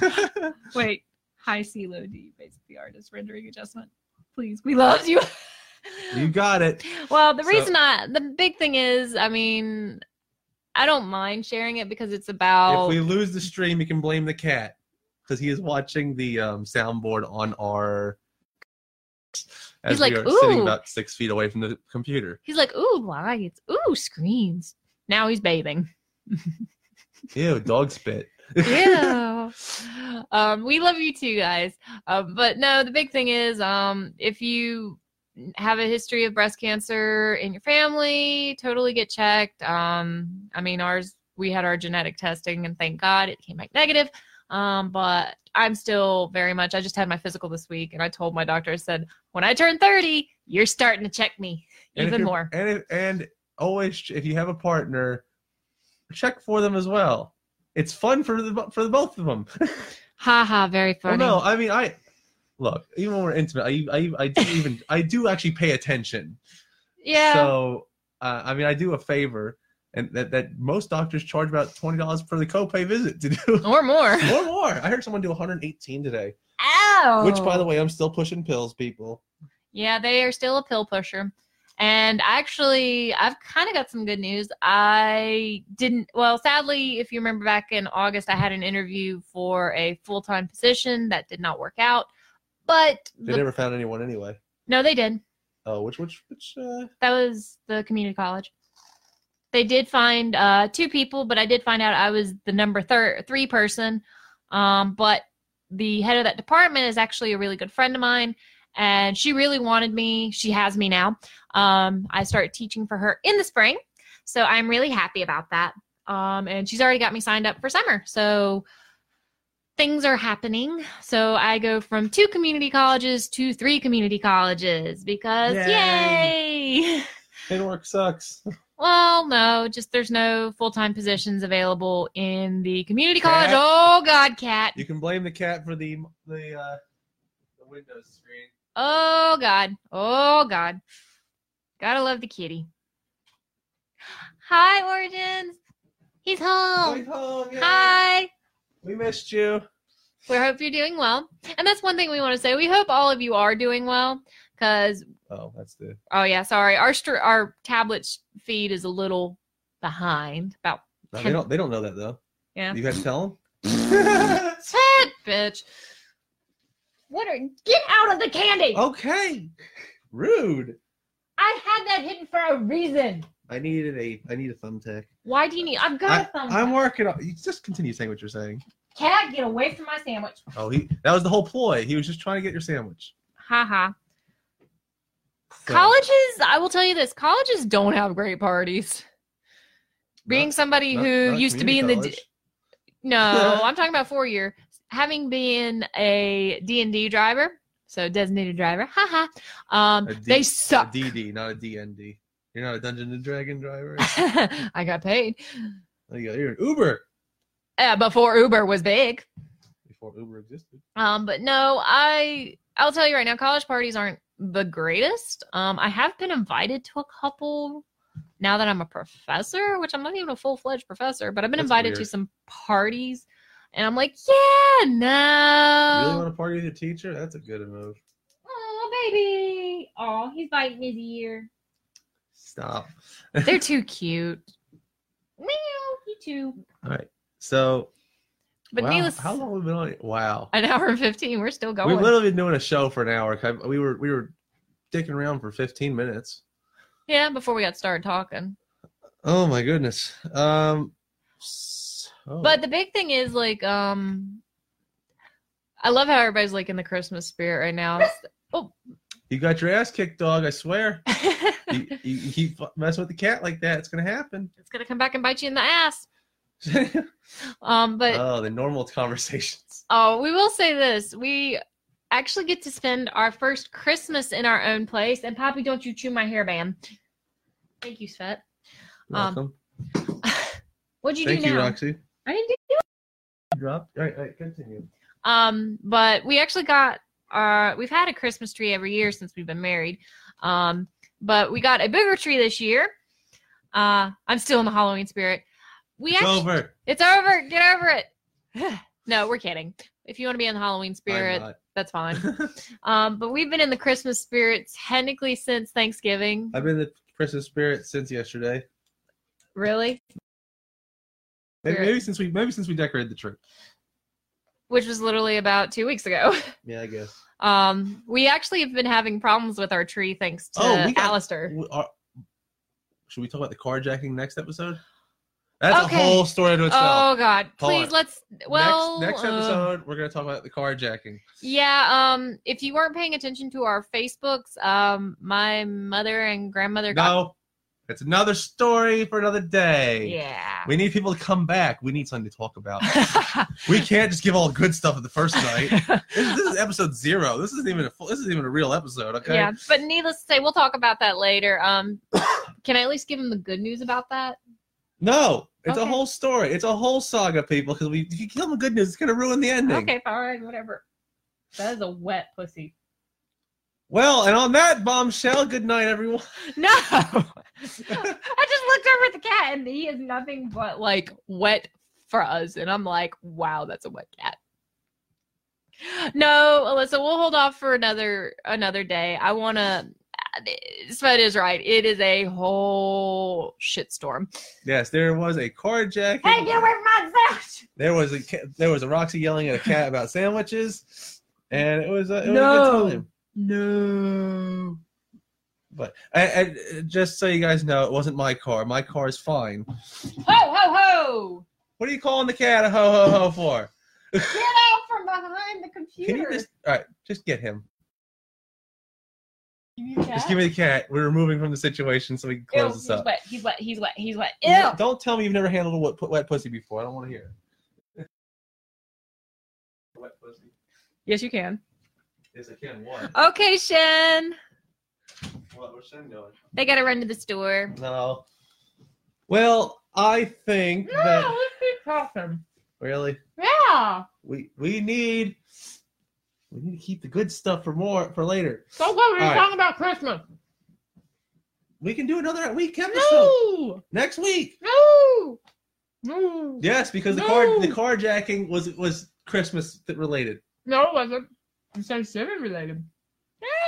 Speaker 1: [LAUGHS]
Speaker 2: Wait. High C low D based the artist rendering adjustment. Please, we love you.
Speaker 1: you
Speaker 2: [LAUGHS]
Speaker 1: got it.
Speaker 2: well, the
Speaker 1: So-
Speaker 2: reason I the big thing is, I mean, I don't mind sharing it because it's about
Speaker 1: If we lose the stream, you can blame the cat because he is watching the um, soundboard on our. As
Speaker 2: like,
Speaker 1: we are sitting
Speaker 2: "Ooh."
Speaker 1: about six feet away from the computer.
Speaker 2: he's like, ooh, lights, ooh, screens. Now he's bathing.
Speaker 1: Ew, dog spit.
Speaker 2: yeah um we love you too guys um but no the big thing is um if you have a history of breast cancer in your family totally get checked um i mean ours we had our genetic testing and thank god it came back negative um but i'm still very much i just had my physical this week and i told my doctor i said when i turn 30 you're starting to check me
Speaker 1: And if
Speaker 2: even
Speaker 1: you're-
Speaker 2: more
Speaker 1: And if, and always, ch- if you have a partner, check for them as well. It's fun for the bo- for the both of them.
Speaker 2: ha ha very
Speaker 1: Well,
Speaker 2: funny
Speaker 1: Oh, no, I mean, I look even when we're intimate, I I, I
Speaker 2: [LAUGHS]
Speaker 1: do even I do actually pay attention.
Speaker 2: yeah
Speaker 1: So uh, I mean, I do a favor, and that that most doctors charge about twenty dollars for the copay visit to
Speaker 2: [LAUGHS]
Speaker 1: do.
Speaker 2: or more
Speaker 1: Or more. I heard someone do 118 today.
Speaker 2: ow
Speaker 1: [LAUGHS] Which, by the way, I'm still pushing pills, people.
Speaker 2: Yeah, they are still a pill pusher. And actually, I've kind of got some good news. I didn't, well, sadly, if you remember back in August, I had an interview for a full time position that did not work out. But
Speaker 1: They
Speaker 2: the-
Speaker 1: never found anyone anyway.
Speaker 2: no, they did.
Speaker 1: Oh, which which which? Uh,
Speaker 2: That was the community college. They did find uh, two people, but I did find out I was the number thir- three person. Um, but the head of that department is actually a really good friend of mine, and she really wanted me. She has me now. Um, I start teaching for her in the spring, so I'm really happy about that. Um, and she's already got me signed up for summer, so things are happening. So I go from two community colleges to three community colleges because yay! [LAUGHS]
Speaker 1: work sucks.
Speaker 2: Well, no, just there's no full time positions available in the community college.
Speaker 1: Cat.
Speaker 2: Oh God, cat.
Speaker 1: You can blame the cat for the the uh, the Windows screen.
Speaker 2: Oh God. Oh God. Gotta love the kitty. Hi, Origins. He's
Speaker 1: Oh,
Speaker 2: home.
Speaker 1: he's home, yay.
Speaker 2: Hi.
Speaker 1: We missed you.
Speaker 2: We hope you're doing well. And that's one thing we want to say. We hope all of you are doing well because,
Speaker 1: Oh, that's the
Speaker 2: oh, yeah, sorry. Our, str- our tablet's feed is a little behind, about
Speaker 1: no, they don't they don't know that though.
Speaker 2: Yeah.
Speaker 1: You had to tell
Speaker 2: [LAUGHS]
Speaker 1: them.
Speaker 2: Ted, bitch.
Speaker 3: What are get out of the candy?
Speaker 1: okay. Rude.
Speaker 3: I had that hidden for a reason.
Speaker 1: I needed a I need a thumbtack.
Speaker 3: Why do you need? I've got a
Speaker 1: I,
Speaker 3: thumbtack.
Speaker 1: I'm working on you just continue saying what you're saying.
Speaker 3: Cat, get away from my sandwich.
Speaker 1: Oh he that was the whole ploy. He was just trying to get your sandwich.
Speaker 2: Ha ha.
Speaker 1: So-
Speaker 2: Colleges, I will tell you this colleges don't have great parties. Being
Speaker 1: Not-
Speaker 2: somebody
Speaker 1: not-
Speaker 2: who
Speaker 1: not
Speaker 2: used to be in
Speaker 1: community
Speaker 2: the. D-
Speaker 1: college.
Speaker 2: [LAUGHS]
Speaker 1: [LAUGHS]
Speaker 2: No, I'm talking about four year. Having been a D and D driver, so designated driver, haha. Um,
Speaker 1: A D-
Speaker 2: they
Speaker 1: A
Speaker 2: suck.
Speaker 1: DD, not a DND. You're not a Dungeon and Dragon driver.
Speaker 2: [LAUGHS] I got paid
Speaker 1: There you go. You're an Uber
Speaker 2: uh, before Uber was big.
Speaker 1: before Uber existed.
Speaker 2: Um, but no, I I'll tell you right now, college parties aren't the greatest. Um, I have been invited to a couple now that I'm a professor, which I'm not even a full fledged professor, but I've been
Speaker 1: That's
Speaker 2: invited to
Speaker 1: weird.
Speaker 2: some parties, and I'm like, yeah, no.
Speaker 1: You
Speaker 2: Um,
Speaker 1: really want to party with your teacher? That's a good move.
Speaker 3: Oh baby. Oh, he's biting his ear.
Speaker 1: [LAUGHS] Stop.
Speaker 2: They're too cute.
Speaker 3: Meow. You too.
Speaker 1: All right. So,
Speaker 2: But
Speaker 1: wow,
Speaker 2: needless,
Speaker 1: how long have we been on? it? Wow.
Speaker 2: an hour and fifteen, we're still going.
Speaker 1: We've literally been doing a show for an hour. 'cause We were we were dicking around for 15 minutes.
Speaker 2: yeah, before we got started talking.
Speaker 1: Oh my goodness. Um. so-
Speaker 2: But the big thing is like, um, I love how everybody's like in the Christmas spirit right now.
Speaker 1: you got your ass kicked, dog. I swear. you, you, you keep messing with the cat like that, it's gonna happen. [LAUGHS]
Speaker 2: it's gonna come back and bite you in the ass. Um, but
Speaker 1: oh, the normal conversations.
Speaker 2: oh, we will say this: we actually get to spend our first Christmas in our own place. And Poppy, don't you chew my hairband? Thank you, Svet. Um,
Speaker 1: Welcome.
Speaker 2: What'd you
Speaker 1: Thank
Speaker 2: do
Speaker 1: you,
Speaker 2: now?
Speaker 1: Roxy.
Speaker 2: I didn't do
Speaker 1: Drop. All right, all right, continue.
Speaker 2: Um, but we actually got our we've had a Christmas tree every year since we've been married. Um, but we got a bigger tree this year. Uh, I'm still in the Halloween spirit. We
Speaker 1: It's
Speaker 2: actually,
Speaker 1: over.
Speaker 2: it's over. Get over it. no, we're kidding. If you want to be in the Halloween spirit,
Speaker 1: I'm [LAUGHS]
Speaker 2: that's fine.
Speaker 1: not.
Speaker 2: Um, but we've been in the Christmas spirit technically since Thanksgiving.
Speaker 1: I've been in the Christmas spirit since yesterday.
Speaker 2: Really?
Speaker 1: Maybe,
Speaker 2: Spirit.
Speaker 1: maybe since we maybe since we decorated the tree.
Speaker 2: Which was literally about two weeks ago. [LAUGHS]
Speaker 1: Yeah, I guess.
Speaker 2: Um, we actually have been having problems with our tree thanks to
Speaker 1: Oh, we got-
Speaker 2: Alistair.
Speaker 1: We are- should we talk about the carjacking next episode? That's
Speaker 2: Okay.
Speaker 1: a whole story to itself.
Speaker 2: Oh God!
Speaker 1: Hold
Speaker 2: Please
Speaker 1: on.
Speaker 2: let's. Well,
Speaker 1: next, next
Speaker 2: uh,
Speaker 1: episode we're gonna talk about the carjacking.
Speaker 2: yeah. Um, if you weren't paying attention to our Facebooks, um, my mother and grandmother got.
Speaker 1: No, it's another story for another day.
Speaker 2: Yeah. [LAUGHS]
Speaker 1: We need people to come back. We need something to talk about. we can't just give all good stuff at the first night. This,
Speaker 2: [LAUGHS]
Speaker 1: this is episode zero. This isn't even a full, this isn't even a real episode. Okay.
Speaker 2: Yeah, but needless to say, we'll talk about that later. Um, [COUGHS] can I at least give them the good news about that?
Speaker 1: No, it's a
Speaker 2: Okay.
Speaker 1: whole story. It's a whole saga, people. Because we if you give them good news, it's gonna ruin the ending.
Speaker 2: Okay, fine, whatever.
Speaker 3: That is a wet pussy.
Speaker 1: Well, and on that bombshell, good night, everyone. [LAUGHS]
Speaker 2: No, I just looked over at the cat, and he is nothing but like wet fuzz, and I'm like, wow, that's a wet cat. No, Alyssa, we'll hold off for another another day. I want to. Svet is right. It is a whole shitstorm.
Speaker 1: Yes, there was a carjacking.
Speaker 3: Hey, get away from my sandwich.
Speaker 1: There was a ca- there was a Roxy yelling at a cat about sandwiches, and it was a, it was a
Speaker 2: No.
Speaker 1: good time.
Speaker 2: No.
Speaker 1: But I, I, just so you guys know, it wasn't my car. My car is fine.
Speaker 3: Ho ho ho!
Speaker 1: What are you calling the cat a ho ho ho for?
Speaker 3: Get out from behind the computer.
Speaker 1: Can you just all right? Just get him.
Speaker 3: You need that?
Speaker 1: Just give me the cat. We're removing from the situation so we can
Speaker 3: Ew,
Speaker 1: close
Speaker 3: he's
Speaker 1: this up.
Speaker 3: wet. He's wet. He's wet. He's wet. Ew.
Speaker 1: Don't tell me you've never handled a wet, wet pussy before. I don't want to hear it. [LAUGHS] Wet pussy.
Speaker 2: Yes, you can.
Speaker 1: Yes, I can. What?
Speaker 2: Okay, Shen.
Speaker 1: What? What's Shen doing?
Speaker 2: They gotta run to the store.
Speaker 1: No. Well, I think
Speaker 3: No,
Speaker 1: that
Speaker 3: Oh, let's keep talking.
Speaker 1: really
Speaker 3: Yeah.
Speaker 1: we we need we need to keep the good stuff for more for later.
Speaker 3: Don't go
Speaker 1: All
Speaker 3: here
Speaker 1: right.
Speaker 3: talking about Christmas.
Speaker 1: We can do another week episode
Speaker 3: No.
Speaker 1: next week.
Speaker 3: No. No.
Speaker 1: Yes, because the
Speaker 3: No.
Speaker 1: car the carjacking was was Christmas related.
Speaker 3: No, it wasn't. It's so seven related.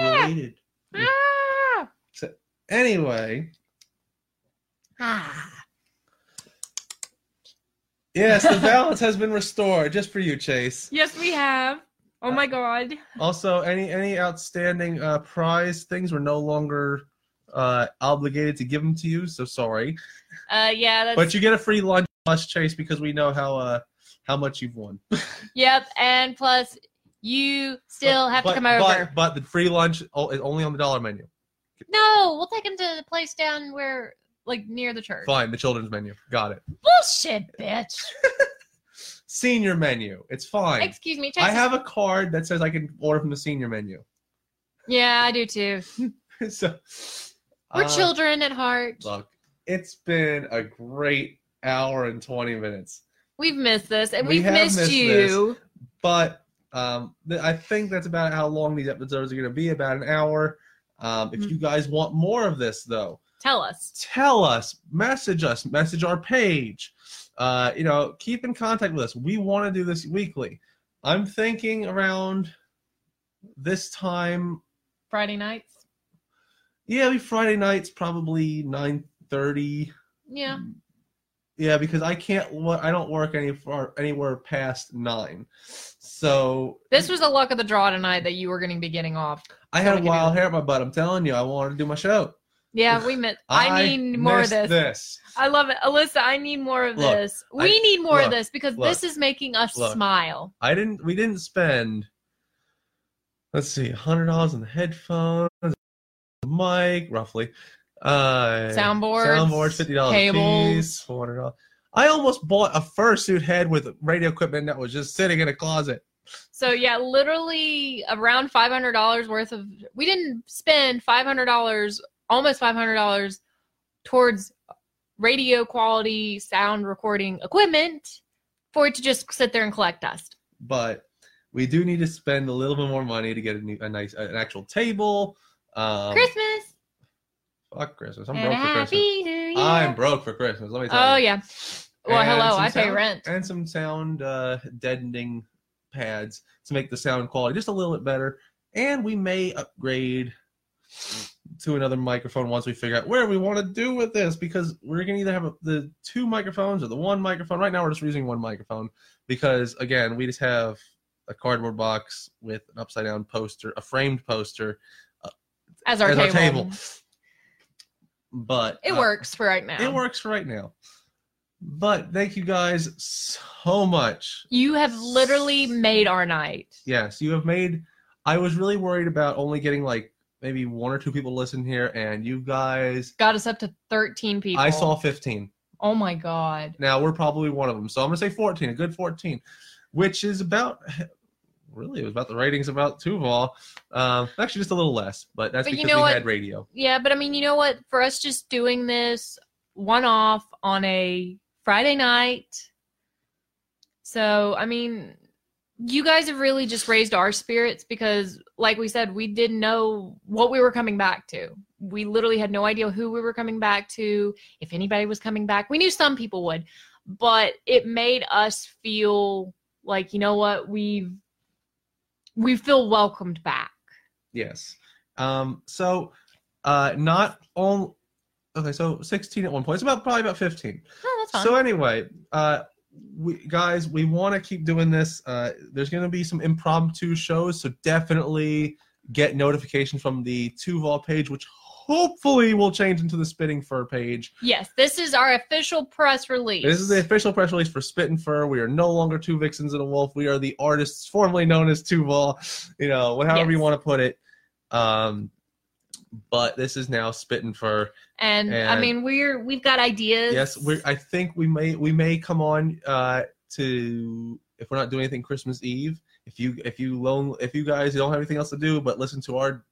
Speaker 1: Related.
Speaker 3: Ah!
Speaker 1: Anyway,
Speaker 3: Ah.
Speaker 1: yes, the balance has been restored just for you, Chase.
Speaker 3: Yes, we have. Oh my god.
Speaker 1: Also, any any outstanding uh, prize things we're no longer uh, obligated to give them to you. So sorry,
Speaker 2: Uh, yeah, that's
Speaker 1: but you get a free lunch plus chase because we know how uh how much you've won.
Speaker 2: yep. And plus, you still have
Speaker 1: But-
Speaker 2: to come
Speaker 1: but-
Speaker 2: over.
Speaker 1: But, the free lunch o- is only on the dollar menu.
Speaker 2: no, we'll take him to the place down where, like, near the church.
Speaker 1: Fine, the children's menu. Got it.
Speaker 2: Bullshit, bitch.
Speaker 1: Senior menu. It's fine.
Speaker 2: Excuse me. Chase
Speaker 1: I
Speaker 2: is-
Speaker 1: have a card that says I can order from the senior menu. [LAUGHS]
Speaker 2: yeah, I do too.
Speaker 1: so
Speaker 2: We're
Speaker 1: uh,
Speaker 2: children at heart.
Speaker 1: Look, it's been a great hour and twenty minutes.
Speaker 2: We've missed this, and
Speaker 1: We
Speaker 2: we've
Speaker 1: have
Speaker 2: missed,
Speaker 1: missed
Speaker 2: you.
Speaker 1: but um, th- I think that's about how long these episodes are going to be about an hour. Um, if
Speaker 2: Mm-hmm.
Speaker 3: Mhm.
Speaker 1: you guys want more of this, though,
Speaker 2: Tell us.
Speaker 1: tell us, message us, message our page. Uh, you know, keep in contact with us. We want to do this weekly. I'm thinking around this time.
Speaker 3: Friday nights.
Speaker 1: Yeah, it'll be Friday nights, probably nine thirty.
Speaker 2: Yeah.
Speaker 1: Yeah, because I can't. wo- I don't work any far anywhere past nine. So
Speaker 2: This was the luck of the draw tonight that you were going to be getting off.
Speaker 1: I
Speaker 2: Gotta
Speaker 1: had
Speaker 2: give you
Speaker 1: wild
Speaker 2: the-
Speaker 1: hair at my butt. I'm telling you, I wanted to do my show.
Speaker 2: Yeah, we missed. I, need more of
Speaker 1: missed
Speaker 2: this. I love it, Alyssa. I need more of
Speaker 1: Look,
Speaker 2: this. We need more
Speaker 1: look,
Speaker 2: of this because
Speaker 1: look,
Speaker 2: this is making us
Speaker 1: look.
Speaker 2: smile.
Speaker 1: I didn't. We didn't spend. Let's see, hundred dollars on the headphones, the mic, roughly. Uh,
Speaker 2: Soundboards,
Speaker 1: soundboards, fifty dollars
Speaker 2: cables.
Speaker 1: piece, four hundred dollars. I almost bought a fursuit head with radio equipment that was just sitting in a closet.
Speaker 2: So yeah, literally around five hundred dollars worth of. We didn't spend five hundred dollars, almost five hundred dollars, towards radio quality sound recording equipment for it to just sit there and collect dust.
Speaker 1: But we do need to spend a little bit more money to get a, new, a nice, an actual table. Um,
Speaker 2: Christmas
Speaker 1: fuck Christmas. I'm
Speaker 2: and
Speaker 1: broke for Christmas.
Speaker 2: happy New Year.
Speaker 1: I'm broke for Christmas. Let me tell you.
Speaker 2: oh yeah. Well,
Speaker 1: And
Speaker 2: hello.
Speaker 1: some
Speaker 2: I pay
Speaker 1: sound-
Speaker 2: rent.
Speaker 1: and some sound uh, deadening pads to make the sound quality just a little bit better. And we may upgrade to another microphone once we figure out where we want to do with this because we're gonna either have a, the two microphones or the one microphone. Right now, we're just using one microphone because again, we just have a cardboard box with an upside down poster, a framed poster.
Speaker 2: As our
Speaker 1: as our
Speaker 2: table.
Speaker 1: table. But
Speaker 2: It
Speaker 1: uh,
Speaker 2: works for right now.
Speaker 1: It works for right now. But thank you guys so much
Speaker 2: You have literally made our night.
Speaker 1: Yes, you have made. I was really worried about only getting like maybe one or two people to listen here, and you guys.
Speaker 2: Got us up to 13 people.
Speaker 1: I saw 15.
Speaker 2: Oh my god.
Speaker 1: Now we're probably one of them, so I'm gonna say 14, a good 14, which is about. [LAUGHS] Really, it was about the ratings about Tuval. Um, actually, just a little less, but that's
Speaker 2: But you
Speaker 1: because
Speaker 2: know
Speaker 1: we
Speaker 2: what?
Speaker 1: had radio.
Speaker 2: Yeah, but I mean, you know what? For us just doing this one off on a Friday night. So, I mean, you guys have really just raised our spirits because like we said, we didn't know what we were coming back to. We literally had no idea who we were coming back to, if anybody was coming back. We knew some people would, but it made us feel like, you know what? We've we feel welcomed back.
Speaker 1: Yes. Um, so, uh, not all. Okay, so 16 at one point. It's about probably about 15.
Speaker 2: Oh, that's fine.
Speaker 1: So anyway, uh, we guys, we want to keep doing this. Uh, there's going to be some impromptu shows, so definitely get notification from the Tuval page, which hopefully will change into the Spitting Fur page.
Speaker 2: Yes, this is our official press release.
Speaker 1: This is the official press release for Spitting Fur. We are no longer two vixens and a wolf. We are the artists formerly known as Tuval. You know, however you
Speaker 2: Yes.
Speaker 1: want to put it. Um, but this is now Spitting Fur.
Speaker 2: and, I
Speaker 1: and-
Speaker 2: mean we're we've got ideas.
Speaker 1: yes we i think we may we may come on uh to if we're not doing anything christmas eve if you if you lone if you guys don't have anything else to do but listen to our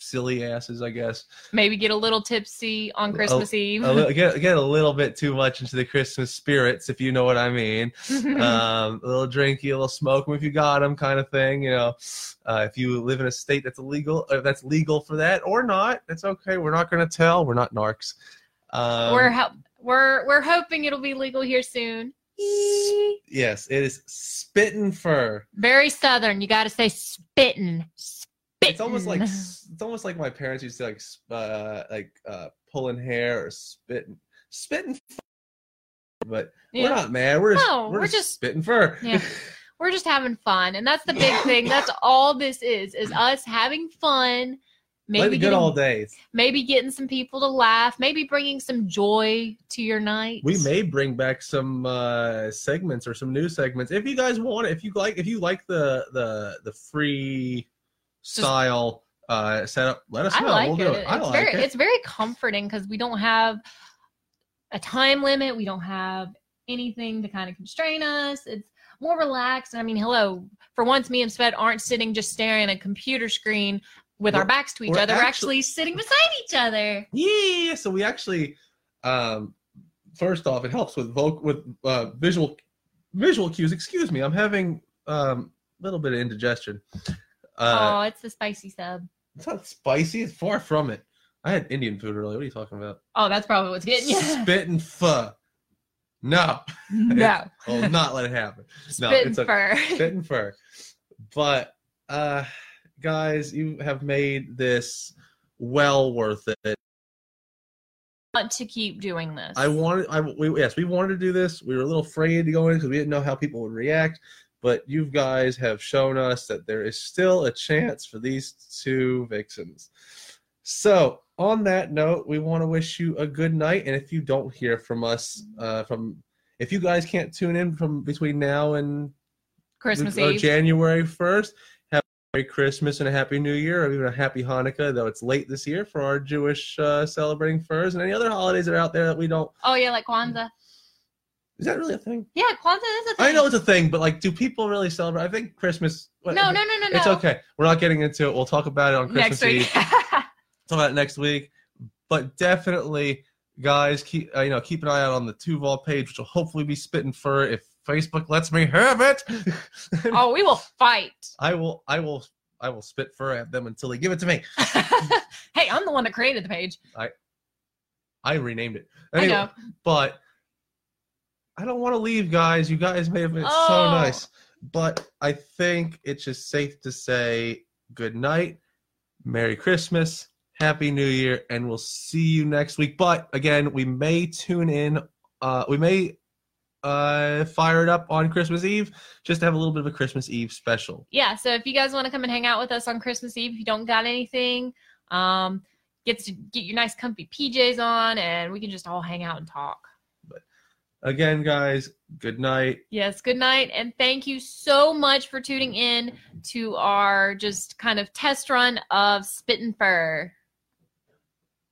Speaker 1: silly asses i guess
Speaker 2: maybe get a little tipsy on Christmas Eve.
Speaker 1: a li- get, get a little bit too much into the christmas spirits if you know what i mean
Speaker 2: [LAUGHS]
Speaker 1: um a little drinky a little smoke 'em if you got them kind of thing you know uh, if you live in a state that's illegal if that's legal for that or not that's okay we're not going to tell we're not narcs um,
Speaker 2: we're hel- We're we're hoping it'll be legal here soon.
Speaker 1: Yes, it is spitting fur.
Speaker 2: Very southern. You got to say spittin'. Spittin'.
Speaker 1: It's almost like it's almost like my parents used to like s- uh, like uh, pulling hair or spitting spitting. fur. But
Speaker 2: Yeah.
Speaker 1: we're not mad. We're just,
Speaker 2: No,
Speaker 1: we're
Speaker 2: we're
Speaker 1: just,
Speaker 2: just-
Speaker 1: spitting fur. [LAUGHS]
Speaker 2: Yeah. we're just having fun, and that's the big thing. That's all this is: is us having fun. Maybe
Speaker 1: Play the good
Speaker 2: getting,
Speaker 1: old days.
Speaker 2: maybe getting some people to laugh. Maybe bringing some joy to your night.
Speaker 1: We may bring back some uh, segments or some new segments if you guys want. it. If you like, if you like the the the free style uh, setup, let us
Speaker 2: I
Speaker 1: know.
Speaker 2: like
Speaker 1: we'll
Speaker 2: it.
Speaker 1: do it.
Speaker 2: It's
Speaker 1: I like
Speaker 2: very,
Speaker 1: it.
Speaker 2: it's very comforting because we don't have a time limit. We don't have anything to kind of constrain us. It's more relaxed. I mean, hello. For once, me and Sved aren't sitting just staring at a computer screen with our
Speaker 1: We're-
Speaker 2: backs to each
Speaker 1: we're
Speaker 2: other. We're
Speaker 1: actually-
Speaker 2: actually sitting beside each other.
Speaker 1: Yeah. So we actually, um, first off, it helps with vocal with uh, visual visual cues. Excuse me, I'm having um, a little bit of indigestion. Uh,
Speaker 2: oh, it's the spicy sub.
Speaker 1: It's not spicy. It's far from it. I had Indian food earlier. What are you talking about?
Speaker 2: Oh, that's probably what's getting you.
Speaker 1: Spit and pho. No, [LAUGHS]
Speaker 2: no,
Speaker 1: I will not let it
Speaker 2: [LAUGHS]
Speaker 1: happen. [LAUGHS] No,
Speaker 2: spit
Speaker 1: it's
Speaker 2: and
Speaker 1: okay.
Speaker 2: fur. [LAUGHS]
Speaker 1: Spit and fur. But uh, guys, you have made this well worth it.
Speaker 2: Want to keep doing this?
Speaker 1: I wanted, I we, yes, we wanted to do this. We were a little afraid to go in because we didn't know how people would react. But you guys have shown us that there is still a chance for these two vixens. So, on that note, we want to wish you a good night. And if you don't hear from us, uh, from if you guys can't tune in from between now and
Speaker 2: Christmas
Speaker 1: or
Speaker 2: Eve.
Speaker 1: January first, have a Merry Christmas and a Happy New Year, or even a Happy Hanukkah, though it's late this year for our Jewish uh, celebrating furs and any other holidays that are out there that we don't
Speaker 2: Oh yeah, like Kwanzaa.
Speaker 1: is that really a thing?
Speaker 2: Yeah, Kwanzaa is a thing.
Speaker 1: I know it's a thing, but like, do people really celebrate? I think Christmas. what-
Speaker 2: No, no, no, no, no.
Speaker 1: It's okay. We're not getting into it. We'll talk about it on Christmas
Speaker 2: Next week.
Speaker 1: Eve. Talk about it next week. But definitely, guys, keep uh, you know keep an eye out on the Tuval page, which will hopefully be spitting fur if Facebook lets me have it. [LAUGHS]
Speaker 2: [LAUGHS] oh, we will fight.
Speaker 1: I will. I will. I will spit fur at them until they give it to me.
Speaker 2: hey, I'm the one that created the page.
Speaker 1: I renamed it.
Speaker 2: I know.
Speaker 1: but I don't want to leave, guys. You guys may have been so
Speaker 2: Oh.
Speaker 1: nice, but I think it's just safe to say good night, Merry Christmas, Happy New Year, and we'll see you next week. But again, we may tune in. Uh, we may uh, fire it up on Christmas Eve just to have a little bit of a Christmas Eve special.
Speaker 2: Yeah, so if you guys want to come and hang out with us on Christmas Eve, if you don't got anything, um, get to get your nice comfy PJs on, and we can just all hang out and talk.
Speaker 1: Again, guys, good night.
Speaker 2: Yes, good night, and thank you so much for tuning in to our just kind of test run of Spit and Fur.